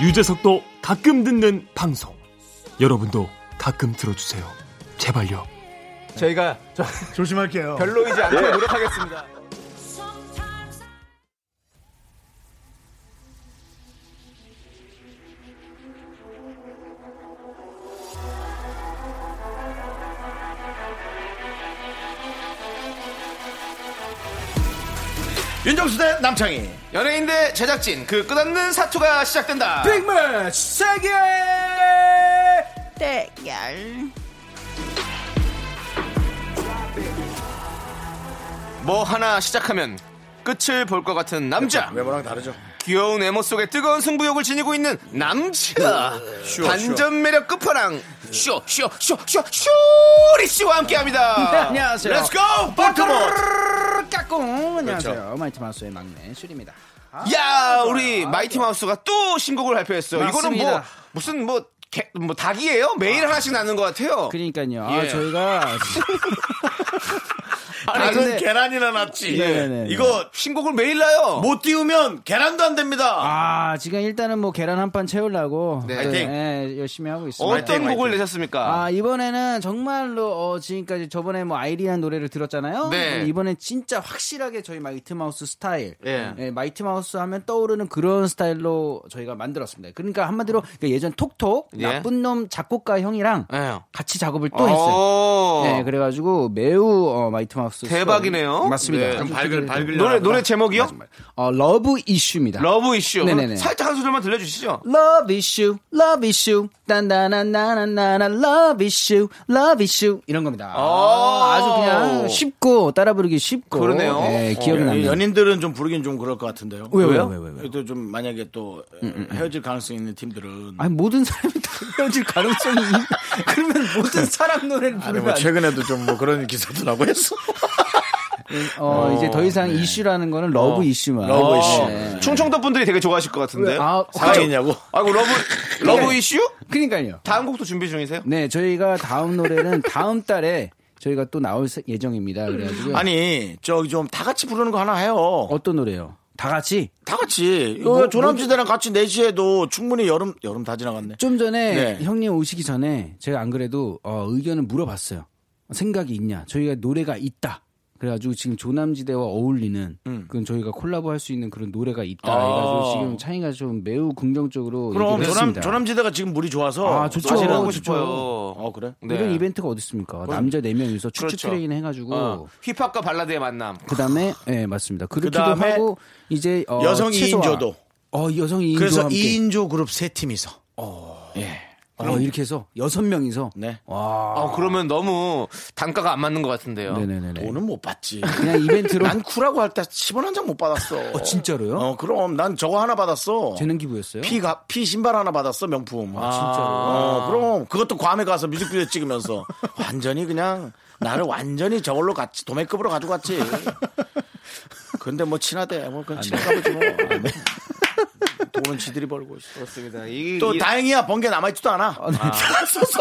G: 유재석도 가끔 듣는 방송. 여러분도 가끔 들어주세요. 제발요.
B: 저희가 저-
A: 네, 조심할게요.
B: 별로이지 않게 노력하겠습니다.
A: 윤정수 대 남창희.
B: 연예인 대 제작진, 그 끝없는 사투가 시작된다.
C: 대결
B: 뭐 하나 시작하면 끝을 볼 것 같은
F: 그렇죠.
B: 남자.
A: 외모랑 다르죠?
B: 귀여운 외모 속에 뜨거운 승부욕을 지니고 있는 남자. 반전 매력 끝판왕. 쇼, 쇼, 쇼, 쇼, 쇼리 씨와 함께 합니다.
F: 네, 안녕하세요.
B: Let's go! 버터봇!
F: 까꿍 안녕하세요 마이트 마우스의 막내 슈리입니다
B: 아, 야, 우리 마이티 마우스가 또 신곡을 발표했어요. 이거는 뭐,
F: 맞습니다.
B: 무슨 뭐, 개, 뭐 닭이에요? 매일 하나씩 나는 것 같아요.
F: 그러니까요
B: 예.
F: 아, 저희가
A: 다른
F: 근데-
A: 계란이나 놨지.
F: 네, 네, 네.
A: 이거
B: 신곡을 매일 나요.
A: 못 띄우면 계란도 안 됩니다.
F: 아 지금 일단은 뭐 계란 한 판 채우려고
B: 네.
A: 화이팅.
F: 예, 열심히 하고 있습니다
B: 어떤
A: 화이팅, 화이팅.
B: 곡을 내셨습니까?
F: 아 이번에는 정말로 어, 지금까지 저번에 뭐 아이리한 노래를 들었잖아요. 음,
B: 네.
F: 이번엔 진짜 확실하게 저희 마이트 마우스 스타일,
B: 예.
F: 예, 마이트 마우스 하면 떠오르는 그런 스타일로 저희가 만들었습니다. 그러니까 한마디로 그 예전 톡톡
B: 예.
F: 나쁜 놈 작곡가 형이랑
B: 예.
F: 같이 작업을 또 했어요.
B: 오.
F: 네, 그래가지고 매우 어, 마이트 마우스
B: 대박이네요.
F: 스타일. 맞습니다.
B: 네, 좀
F: 아주
A: 밝을, 밝을.
B: 노래, 노래 제목이요?
F: 어, 러브 이슈입니다.
B: 러브 이슈. 그럼
F: 네네네.
B: 살짝 한 소절만 들려주시죠.
F: Love issue, love issue, 딴다나나나나나, love issue, love issue 이런 겁니다.
B: 아,
F: 아주 그냥 쉽고 따라 부르기 쉽고.
B: 그러네요.
F: 예, 기억이
A: 어,
F: 납니다.
A: 연인들은 좀 부르긴 좀 그럴 것 같은데요.
F: 왜요? 왜요? 왜요? 음, 왜요?
A: 그래도 좀 만약에 또 헤어질 가능성이 있는 팀들은
F: 아니 모든 사람이 다 헤어질 가능성이 있는- 그러면 모든 사람 노래를
A: 아니
F: 부르면
A: 뭐
F: 안 돼.
A: 최근에도 좀 뭐 그런 기사도 나고 했어.
F: 어, 이제 더 이상 이슈라는 거는 러브 이슈만.
A: 네. 어, 러브 이슈. 네.
F: 네.
B: 어, 충청도 분들이 되게 좋아하실 것 같은데. 아,
F: 아,
A: 뭐 사랑이냐고.
B: 이고 러브, 러브 이슈?
F: 그러니까요.
B: 다음 곡도 준비 중이세요?
F: 네, 저희가 다음 노래는 다음 달에 저희가 또 나올 세- 예정입니다.
A: 음.
F: 그래가지고
A: 아니 저기 좀 다 같이 부르는 거 하나 해요.
F: 어떤 노래요? 다 같이
A: 다 같이.
F: 뭐,
A: 조남지대랑 같이 4시에도 충분히 여름 여름 다 지나갔네.
F: 좀 전에
A: 네.
F: 형님 오시기 전에 제가 안 그래도 어, 의견을 물어봤어요. 생각이 있냐? 저희가 노래가 있다. 그래가지고 지금 조남지대와 어울리는 그건 저희가 콜라보 할 수 있는 그런 노래가 있다.
A: 음. 아.
F: 해가지고 지금 창의가 좀 매우 긍정적으로
A: 그럼
F: 얘기를
A: 조남
F: 했습니다.
A: 조남지대가 지금 물이 좋아서
F: 아, 좋죠.
A: 사실 하고
F: 좋죠.
A: 싶어요. 어 그래?
F: 이런 이벤트가 어디 있습니까? 남자 네 명이서 추추
B: 그렇죠.
F: 트레인 해가지고
B: 어, 힙합과 발라드의 만남.
F: 그다음에 예 맞습니다. 그렇게도
A: 그다음에
F: 하고 이제 어,
A: 여성
F: 최소화.
A: 2인조도.
F: 어 여성 2인조
A: 그래서
F: 함께.
A: 2인조 그룹 세 팀이서.
F: 어, 이렇게 해서 여섯 명이서
A: 네.
B: 아, 그러면 너무 단가가 안 맞는 것 같은데요.
F: 네네네네
A: 돈은 못 받지.
F: 그냥 이벤트로
A: 난 쿠라고 할 때 10원 한 장 못 받았어.
F: 어, 진짜로요?
A: 어, 그럼 난 저거 하나 받았어.
F: 재능 기부였어요.
A: 피, 가, 피 신발 하나 받았어, 명품. 아,
F: 진짜로?
A: 어, 그럼 그것도 괌에 가서 뮤직비디오 찍으면서 완전히 그냥 나를 완전히 저걸로 같이 도매급으로 가지고 갔지. 아, 네. 근데 뭐 친하대. 뭐 그냥 친하다 보지 뭐. 아, 네. 돈은 지들이 벌고 있어.
B: 그렇습니다. 이,
A: 또
B: 이-
A: 다행이야 번개 남아있지도 않아. 네. 다 써서.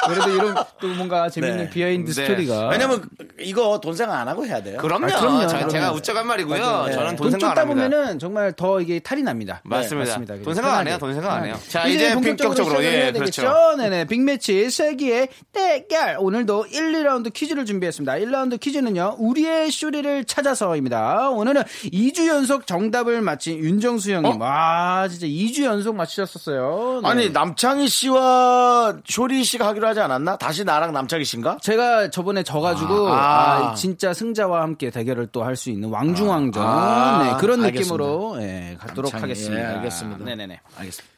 F: 그래도 이런 또 뭔가 재밌는
A: 네.
F: 비하인드
B: 네.
F: 스토리가.
A: 왜냐면 이거 돈 생각 안 하고 해야 돼요.
B: 그럼요.
F: 아, 그럼요.
B: 저- 제가
F: 그럼요.
B: 우쩍한 말이고요.
A: 네.
B: 저는 돈
F: 돈
B: 생각 안
F: 쫓다
B: 합니다.
F: 보면은 정말 더 이게 탈이 납니다. 네,
B: 맞습니다. 돈 생각 안 해요. 돈 생각 안 해요. 자, 이제 본격적으로
F: 시작을 해야
B: 예,
F: 되겠죠.
B: 그렇죠.
F: 네네. 빅매치 세기의 대결. 오늘도 1, 2라운드 퀴즈를 준비했습니다. 1라운드 퀴즈는요. 우리의 쇼리를 찾아서입니다. 오늘은 2주 연속 정답을 맞힌 윤정수
B: 어?
F: 형님. 와, 진짜 2주 연속 맞히셨었어요. 네.
A: 아니 남창희 씨와 쇼리 씨가 하기로 하지 않았나? 다시 나랑 남창희 씨인가?
F: 제가 저번에 져가지고
A: 아.
F: 아, 진짜 승자와 함께 대결을 또 할 수 있는 왕중왕전
A: 아.
F: 네, 그런
A: 알겠습니다.
F: 느낌으로 예, 갖도록
A: 남창희,
F: 하겠습니다.
A: 예, 알겠습니다.
F: 네네네.
A: 알겠습니다.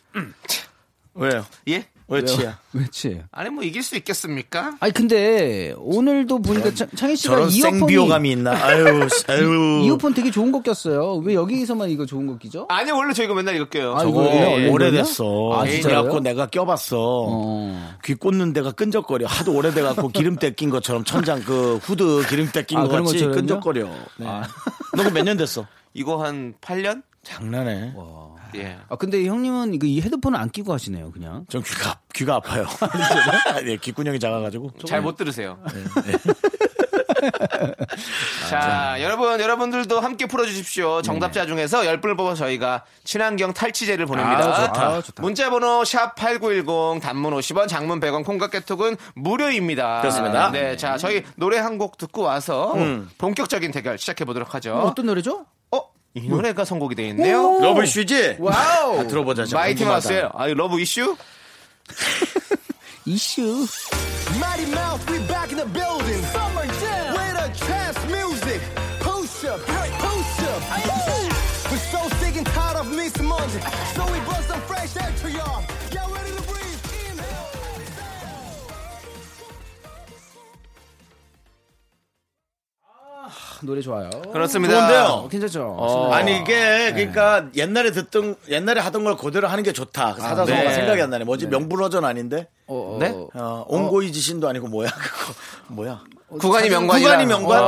A: 왜요?
B: 예?
A: 왜 치야?
F: 왜치?
B: 아니 뭐 이길 수 있겠습니까?
F: 아니 근데 오늘도 보니까 창- 창희 씨가
A: 저런
F: 이어폰이
A: 생비호감이 있나? 아유, 아유.
F: 이어폰 되게 좋은 거 꼈어요. 왜 여기서만 이거 좋은 거 끼죠?
B: 아니 원래 저 이거 맨날 이거 껴요.
F: 아,
B: 저거.
F: 이거 왜요?
B: 예.
F: 원래?
A: 오래됐어.
F: 아, 진짜요?
A: 그래갖고 내가 껴봤어.
F: 어.
A: 귀 꽂는 데가 끈적거려. 하도 오래돼갖고 기름때 낀 것처럼 천장 그 후드 기름때 낀
F: 아,
A: 것
F: 그런
A: 같이
F: 것처럼요?
A: 끈적거려. 네. 너그 몇 년 됐어?
B: 이거 한 8년?
A: 장난해.
B: 예.
F: 아 근데 형님은 이거 이 헤드폰을 안 끼고 하시네요, 그냥.
A: 전 귀가 귀가 아파요. 네, 귓구녕이 작아가지고.
B: 잘 못 들으세요.
A: 네,
B: 자, 여러분, 여러분들도 함께 풀어주십시오.
A: 네.
B: 정답자 중에서 10분을 뽑아 저희가 친환경 탈취제를 보냅니다.
F: 아, 좋다. 아, 좋다.
B: 문자번호 샵8910, 단문 50원, 장문 100원, 콩과 깨톡은 무료입니다.
A: 그렇습니다. 음.
B: 네, 자, 저희 노래 한 곡 듣고 와서 본격적인 대결 시작해보도록
A: 음,
B: 하죠.
F: 어, 떤 노래죠?
B: 어? 이 노래가 선곡이 되어 있네요.
A: 러브슈지?
B: 와우!
A: 아, 들어보자, 자,
B: 마이티
A: 궁금하다.
B: 마우스의 아, 러브 이슈?
A: 음,
F: 이슈.
H: Mighty Mouse, we back in the building. Summer jam. With the trance music. Push up, push up. We're so sick and tired of Miss Monday. So we brought some fresh air to y'all. Get ready to breathe. Inhale.
F: 노래 좋아요. 어,
B: 그렇습니다. 어. 네.
A: 좋은데요.
F: 괜찮죠?
A: 그렇죠. 어, 아니 이게 그러니까 옛날에 듣던 옛날에 하던 걸 그대로 하는 게
F: 아,
A: 좋다. 그 사자성어가
B: 네.
A: 생각이 안 나네. 뭐지 명불허전 아닌데?
F: 어, 어,
B: 네?
F: 어.
A: 어, 옹고이 지신도 아니고 뭐야 그거 뭐야?
B: 구간이 명관이라.
A: 구간이 명관.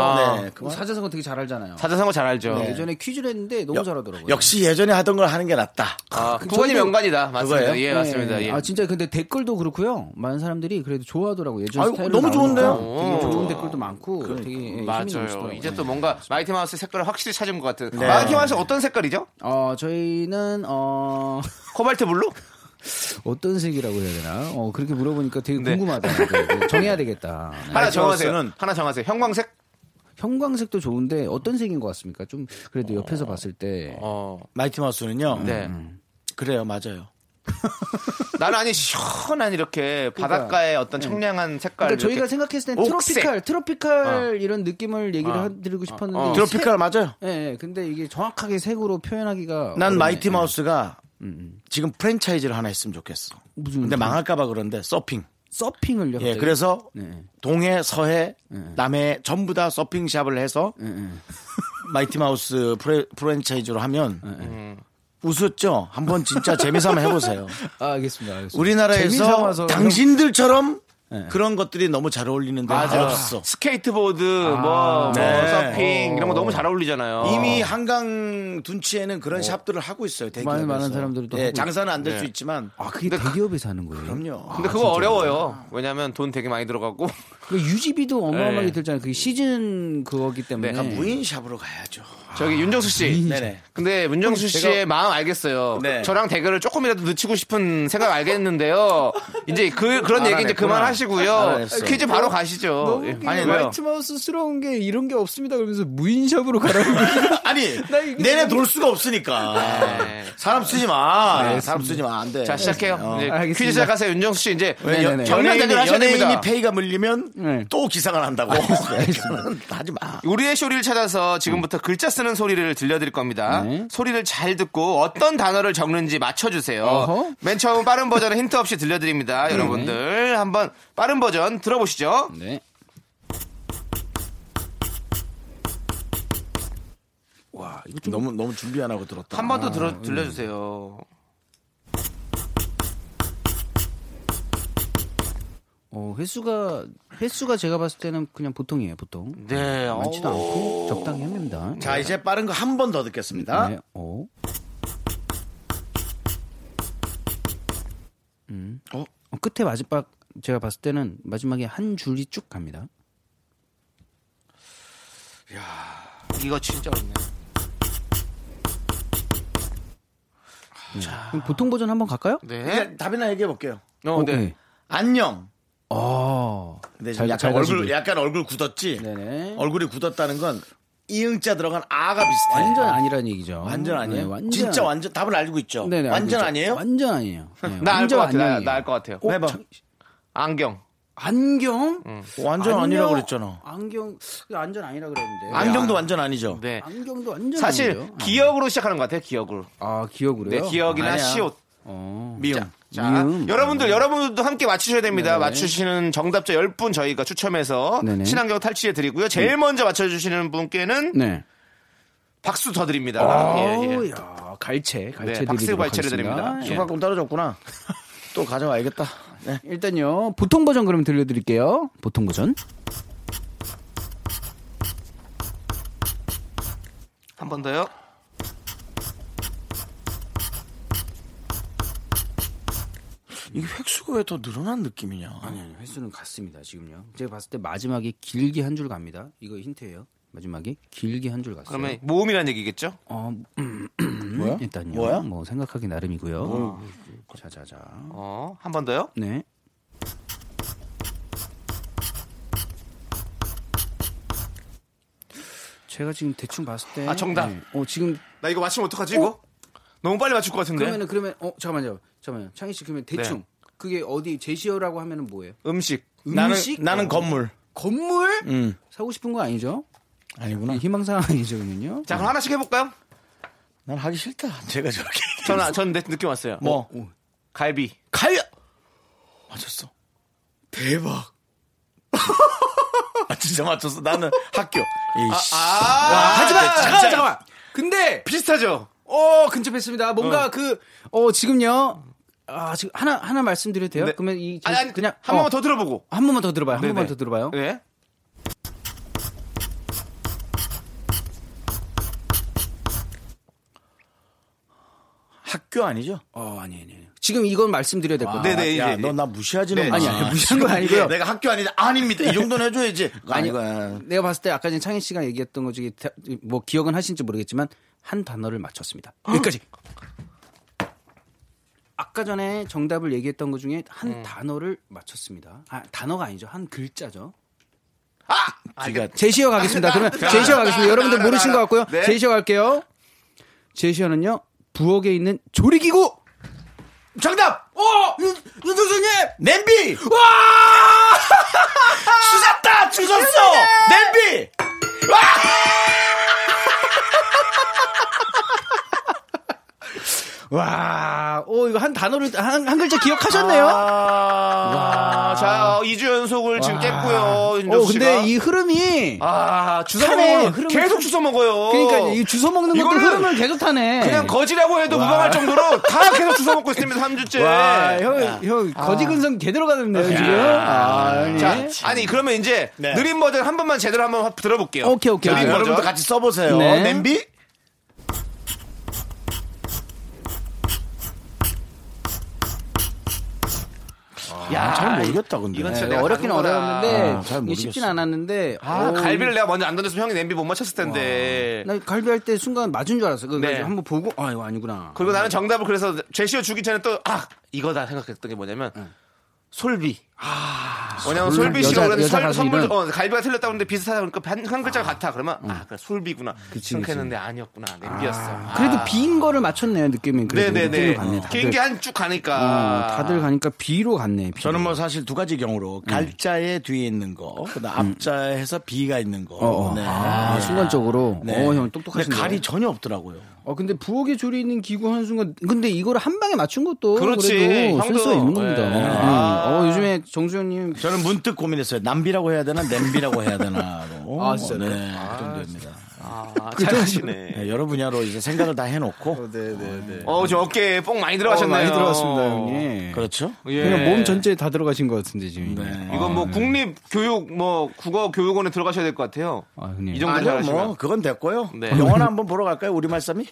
A: 네.
F: 어,
A: 그거
F: 사자성어 되게 잘 알잖아요.
B: 사자성어 잘 알죠.
F: 예전에 퀴즈를 했는데 너무
A: 역-
F: 잘하더라고요.
A: 역시 예전에 하던 걸 하는 게 낫다.
B: 아, 구간이
F: 저희도-
B: 명관이다. 맞습니다.
A: 그거예요?
B: 예, 맞습니다.
F: 네.
B: 예.
F: 아 진짜 근데 댓글도 그렇고요. 많은 사람들이 그래도 좋아하더라고 예전
A: 아이고,
F: 스타일
A: 너무 좋은데요?
F: 되게 좋은 댓글도 많고 되게 예, 힘이
B: 어. 그러니까. 맞아요.
F: 넘치더라고요.
B: 이제
F: 네.
B: 또 뭔가 마이티 마우스 색깔을 확실히 찾은 것 같은.
A: 네.
B: 마이티 마우스 어떤 색깔이죠?
F: 어 저희는 어
B: 코발트 블루?
F: 어떤 색이라고 해야 되나? 어 그렇게 물어보니까 되게
B: 네.
F: 궁금하다. 네, 정해야 되겠다. 네.
B: 하나 정하세요.
A: 마우스는-
B: 하나 정하세요. 형광색?
F: 형광색도 좋은데 어떤 색인 것 같습니까? 좀 그래도 옆에서 봤을 때
B: 어.
A: 마이티 마우스는요. 음,
B: 네.
A: 그래요, 맞아요.
B: 나는 아니 시원한 이렇게 바닷가의 어떤 청량한 색깔.
F: 그러니까 저희가
B: 이렇게-
F: 생각했을 땐
B: 옥색.
F: 트로피칼, 트로피칼 이런 느낌을 얘기를 하- 드리고 싶었는데
B: 어.
F: 이
A: 트로피칼 맞아요.
F: 색- 예, 예. 근데 이게 정확하게 색으로 표현하기가
A: 난
F: 어렵네. 음,
A: 마이티 마우스가 지금 프랜차이즈를 하나 했으면 좋겠어.
F: 무슨
A: 근데
F: 프랜-
A: 망할까봐 그런데 서핑.
F: 서핑을요.
A: 예,
F: 갑자기?
A: 그래서
F: 네.
A: 동해, 서해, 남해 전부 다 서핑 샵을 해서
F: 네,
A: 마이티 마우스 프레, 프랜차이즈로 하면
F: 네,
A: 웃었죠. 한번 진짜 재미삼아 해보세요.
F: 아, 알겠습니다. 알겠습니다.
A: 우리나라에서
F: 재미삼아서 네.
A: 당신들처럼 그런 것들이 너무 잘 어울리는데
B: 맞아.
A: 없어.
B: 스케이트보드, 뭐, 뭐
A: 네.
B: 서핑 이런 거 너무 잘 어울리잖아요.
A: 이미 한강 둔치에는 그런 샵들을 하고 있어요. 대기업에서.
F: 많은- 많은 사람들이 또
A: 예,
F: 하고 있-
A: 장사는 안 될 수 있지만
F: 아, 그게 대기업에서 하는 거예요.
A: 그럼요.
B: 근데 그거 어려워요. 왜냐면 돈 되게 많이 들어가고.
F: 그 유지비도 어마어마하게
B: 네.
F: 들잖아요. 그게 시즌 그거기 때문에.
B: 네,
A: 그러니까 무인 샵으로 가야죠.
B: 저기 윤정수 씨.
A: 네네.
B: 근데 문정수 씨의 마음 알겠어요.
A: 네.
B: 저랑 대결을 조금이라도 늦추고 싶은 생각 알겠는데요. 이제 그 그런 얘기 이제
A: 알아냈구나.
B: 그만하시고요.
A: 알아냈어.
B: 퀴즈 바로 가시죠.
F: 너무
B: 예.
F: 웃긴
A: 어, 아니,
F: 게
A: 왜요?
F: 마이트마우스스러운 게 이런 게 없습니다. 그러면서 무인샵으로 가라고.
A: 아니
F: 나 이게
A: 내내 돌 수가 없으니까
B: 네.
A: 사람 쓰지 마. 사람 쓰지 마. 안 돼. 어.
B: 자 시작해요. 이제
F: 알겠습니다.
B: 퀴즈 시작하세요. 윤정수 씨 이제
A: 네. 왜 연- 연예인이,
F: 네네네.
B: 정면 대결 하셔야
A: 연예인이
B: 됩니다.
A: 페이가 물리면
F: 네.
A: 또 기상을 한다고. 그거는 하지 마.
B: 우리의 쇼리를 찾아서 지금부터 글자 쓰는 소리를 들려드릴 겁니다.
F: 네.
B: 소리를 잘 듣고 어떤 단어를 적는지 맞춰주세요.
F: 어허.
B: 맨 처음 빠른 버전은 힌트 없이 들려드립니다. 여러분들 한번 빠른 버전 들어보시죠.
F: 네.
A: 와, 이거 좀- 너무 너무 준비 안 하고 들었다. 아.
B: 한 번 더 들어 들려주세요.
F: 어, 횟수가 횟수가 제가 봤을 때는 그냥 보통이에요, 보통.
B: 네.
F: 음,
A: 어.
F: 많지도 않고 적당히 합니다. 어.
A: 자, 이제 빠른 거 한 번 더 듣겠습니다.
F: 네. 어. 음. 어, 끝에 마지막 제가 봤을 때는 마지막에 한 줄이 쭉 갑니다.
B: 이거 진짜 어렵네.
A: 아.
F: 그럼 보통 버전 한번 갈까요? 예.
B: 네.
A: 그냥 답이나 얘기해 볼게요.
B: 어, 네.
A: 안녕.
F: 어.
A: 근데
F: 잘-
A: 지금 약간
F: 잘 가시고.
A: 얼굴 약간 얼굴 굳었지.
F: 네네.
A: 얼굴이 굳었다는 건 이응자 들어간 아가 비슷해.
F: 완전 아니란 얘기죠.
A: 완전 아니에요.
F: 네, 완전-
A: 진짜 완전 답을 알고 있죠.
F: 네네, 알고
A: 완전
F: 있죠.
A: 아니에요?
F: 완전 아니에요.
B: 나 알 것 같아. 나알 것 같아요.
F: 해봐.
B: 안경.
F: 안경?
A: 완전
F: 안경-
A: 아니라고 그랬잖아.
F: 안경 완전 아니라 그랬는데.
A: 안경도 완전 아니죠.
B: 네.
F: 안경도 완전
B: 사실
F: 아니에요.
B: 기억으로 시작하는 것 같아요. 기억으로.
F: 아 기억으로요?
B: 네, 기억이나
A: 아니야.
B: 시옷.
F: 어.
A: 미음.
B: 자,
F: 미음. 네.
B: 여러분들 여러분들도 함께 맞추셔야 됩니다. 맞추시는 정답자 10분 저희가 추첨해서
F: 네네.
B: 친환경 탈취해 드리고요. 제일 먼저 맞춰 주시는 분께는
F: 네.
B: 박수 더 드립니다.
F: 아.
B: 예, 예.
F: 아우야 갈채 갈채
B: 네, 박수
F: 드리도록
B: 발채를
F: 하겠습니다.
B: 드립니다. 예.
A: 수박금 떨어졌구나. 또 가져와야겠다. 네.
F: 일단요 보통 버전 그럼 들려드릴게요. 보통 버전.
B: 한 번 더요.
A: 이게 획수가 왜 더 늘어난 느낌이냐?
F: 아니 아니 횟수는 같습니다 지금요. 제가 봤을 때 마지막에 길게 한 줄 갑니다. 이거 힌트예요. 마지막에 길게 한 줄 갔어요.
B: 그러면 모음이라는 얘기겠죠?
F: 어,
A: 뭐야?
F: 일단요.
A: 뭐야? 어.
F: 뭐 생각하기 나름이고요. 자자자.
B: 어, 한 번 더요.
F: 네. 제가 지금 대충 봤을 때.
B: 아, 정답.
F: 네. 어 지금
B: 나 이거 맞히면 어떡하지 이거? 너무 빨리 맞출 것 같은데.
F: 그러면은 그러면 어 잠깐만요. 잠깐만요. 창희 씨 그러면 대충
B: 네.
F: 그게 어디 제시어라고 하면은 뭐예요?
B: 음식.
A: 나는
F: 음식? 어.
A: 나는 건물.
F: 건물?
A: 음.
F: 사고 싶은 거 아니죠? 네,
A: 아니구나.
F: 희망사항 아니죠, 그러면요?
B: 자, 그럼 하나씩 해 볼까요?
A: 난 하기 싫다. 제가 저렇게.
B: 저는 저는 내- 느낌 왔어요.
A: 뭐
B: 갈비.
A: 가요. 맞췄어. 대박. 아 진짜 맞췄어. 나는 학교. 이씨.
F: 하지만
A: 진짜.
F: 잠깐만, 잠깐만. 근데
B: 비슷하죠?
F: 어 근접했습니다. 뭔가 그 어 지금요. 아 지금 하나 하나 말씀드려도 돼요?
B: 네.
F: 그러면 이
B: 아니, 아니,
F: 그냥
B: 한
F: 어,
B: 번만 더 들어보고.
F: 한 번만 더 들어봐요. 한
B: 네네.
F: 번만 더 들어봐요.
B: 네.
A: 학교 아니죠?
F: 어 아니 아니. 아니. 지금 이건 말씀드려야 될 거예요.
B: 네, 네,
A: 아, 야,
B: 이제-
A: 너 나 무시하지는
B: 네.
A: 마.
F: 아니, 아니, 무시한 건 아니고요.
A: 내가 학교 아니다. 아닙니다. 이 정도는 해줘야지. 아니, 아
F: 내가 봤을 때 아까 전에 창희 씨가 얘기했던 거 중에 대- 뭐 기억은 하신지 모르겠지만 한 단어를 맞췄습니다. 여기까지. 아까 전에 정답을 얘기했던 것 중에 한
B: 음.
F: 단어를 맞췄습니다. 아, 단어가 아니죠. 한 글자죠.
A: 네가
F: 제시어 가겠습니다. 그러면
B: 아,
F: 제시어 가겠습니다. 여러분들 모르신 것 같고요.
B: 네.
F: 제시어 갈게요. 제시어는요. 부엌에 있는 조리기구.
A: 정답.
F: 어, 윤 선생님.
A: 냄비.
F: 와!
A: 주셨다. 주셨어. 냄비.
F: 와, 오 이거 한 단어를 한, 한 글자 기억하셨네요.
B: 아, 자, 2주 연속을 지금 깼고요.
F: 오,
B: 윤정수 씨가.
F: 어, 근데 이 흐름이
B: 아, 주워
F: 타네.
B: 먹는 거
F: 흐름을
B: 계속
F: 타-
B: 주워 먹어요.
F: 그러니까 이 주워 먹는 것들
B: 이거는
F: 흐름을 계속 타네.
B: 그냥 거지라고 해도 무방할 정도로 다 계속 주워 먹고 있습니다. 3주째.
F: 와, 형, 형
B: 아.
F: 거지 근성 개대로 가는데요 지금. 아,
B: 자,
F: 예.
B: 아니 그러면 이제
A: 네.
B: 느린 버전 한 번만 제대로 한번 화- 들어볼게요.
F: 오케이, 오케이. 아,
B: 느린
F: 자,
B: 버전.
A: 여러분도 같이 써보세요.
F: 네.
A: 냄비. 야, 아, 잘 모르겠다, 근데.
B: 이건 진짜
F: 네,
B: 내가
F: 어렵긴
B: 가는 거다.
A: 아,
F: 어려웠는데
A: 잘
F: 이게
A: 모르겠어.
F: 쉽진 않았는데.
B: 아,
F: 오,
B: 갈비를 내가 먼저 안 던져서 형이 냄비 못 맞췄을 텐데.
F: 나 갈비 할 때 순간 맞은 줄 알았어. 그래서
B: 네.
F: 한번 보고 아 이거 아니구나.
B: 그리고 나는 정답을 그래서 제시어 주기 전에 또 아, 이거다 생각했던 게 뭐냐면 솔비. 아, 왜냐면 솔비
F: 여자-
B: 씨가 원래
F: 여자
B: 설-
F: 가수
B: 선물
F: 이름.
B: 어, 갈비가 틀렸다 그러는데 비슷하다 그러니까 한, 한 글자가 같아. 그러면 아, 그래 솔비구나.
F: 그치.
B: 생각했는데 아니었구나. 냄비였어. 아.
F: 그래도 비인 거를 맞췄네요 느낌이. 그래도 느낌이
B: 네네네.
F: 갔네. 다들.
B: 개인기 한 쭉 가니까.
F: 아, 다들 가니까 B로 갔네. B로.
A: 저는 뭐 사실 두 가지 경우로 갈자에 뒤에 있는 거, 그다음 앞자에서 비가 있는 거.
F: 어, 어.
A: 네.
F: 아,
A: 네.
F: 순간적으로.
A: 네.
F: 어, 형
A: 근데
F: 똑똑하신데.
A: 갈이 전혀 없더라고요.
F: 어, 근데 부엌에 조리는 기구 하는 순간, 근데 이걸 한 방에 맞춘 것도
B: 그렇지.
F: 그래도
B: 형도.
F: 센스가 있는 겁니다.
A: 네.
B: 예.
F: 음.
A: 아.
F: 어, 요즘에 정수영님
A: 저는 문득 고민했어요. 남비라고 해야 되나, 냄비라고 해야 되나로.
F: 아, 진짜요?
A: 네, 그 정도입니다.
B: 아, 잘하시네.
A: 네, 여러 분야로 이제 생각을 다 해놓고.
B: 어, 저 어깨에 뽕 많이 들어가셨나요?
F: 네. 많이 들어갔습니다, 형님.
A: 그렇죠?
B: 예.
F: 그냥 몸 전체에 아, 다 들어가신 것 같은데 지금.
A: 네.
B: 이건 뭐 국립 교육 뭐 국어 교육원에 들어가셔야 될 것 같아요.
F: 아, 형님.
B: 이 정도
A: 아니요,
B: 잘하시면.
A: 뭐, 그건 됐고요. 네.
B: 네.
A: 영화나 한번 보러 갈까요, 우리 말씀이?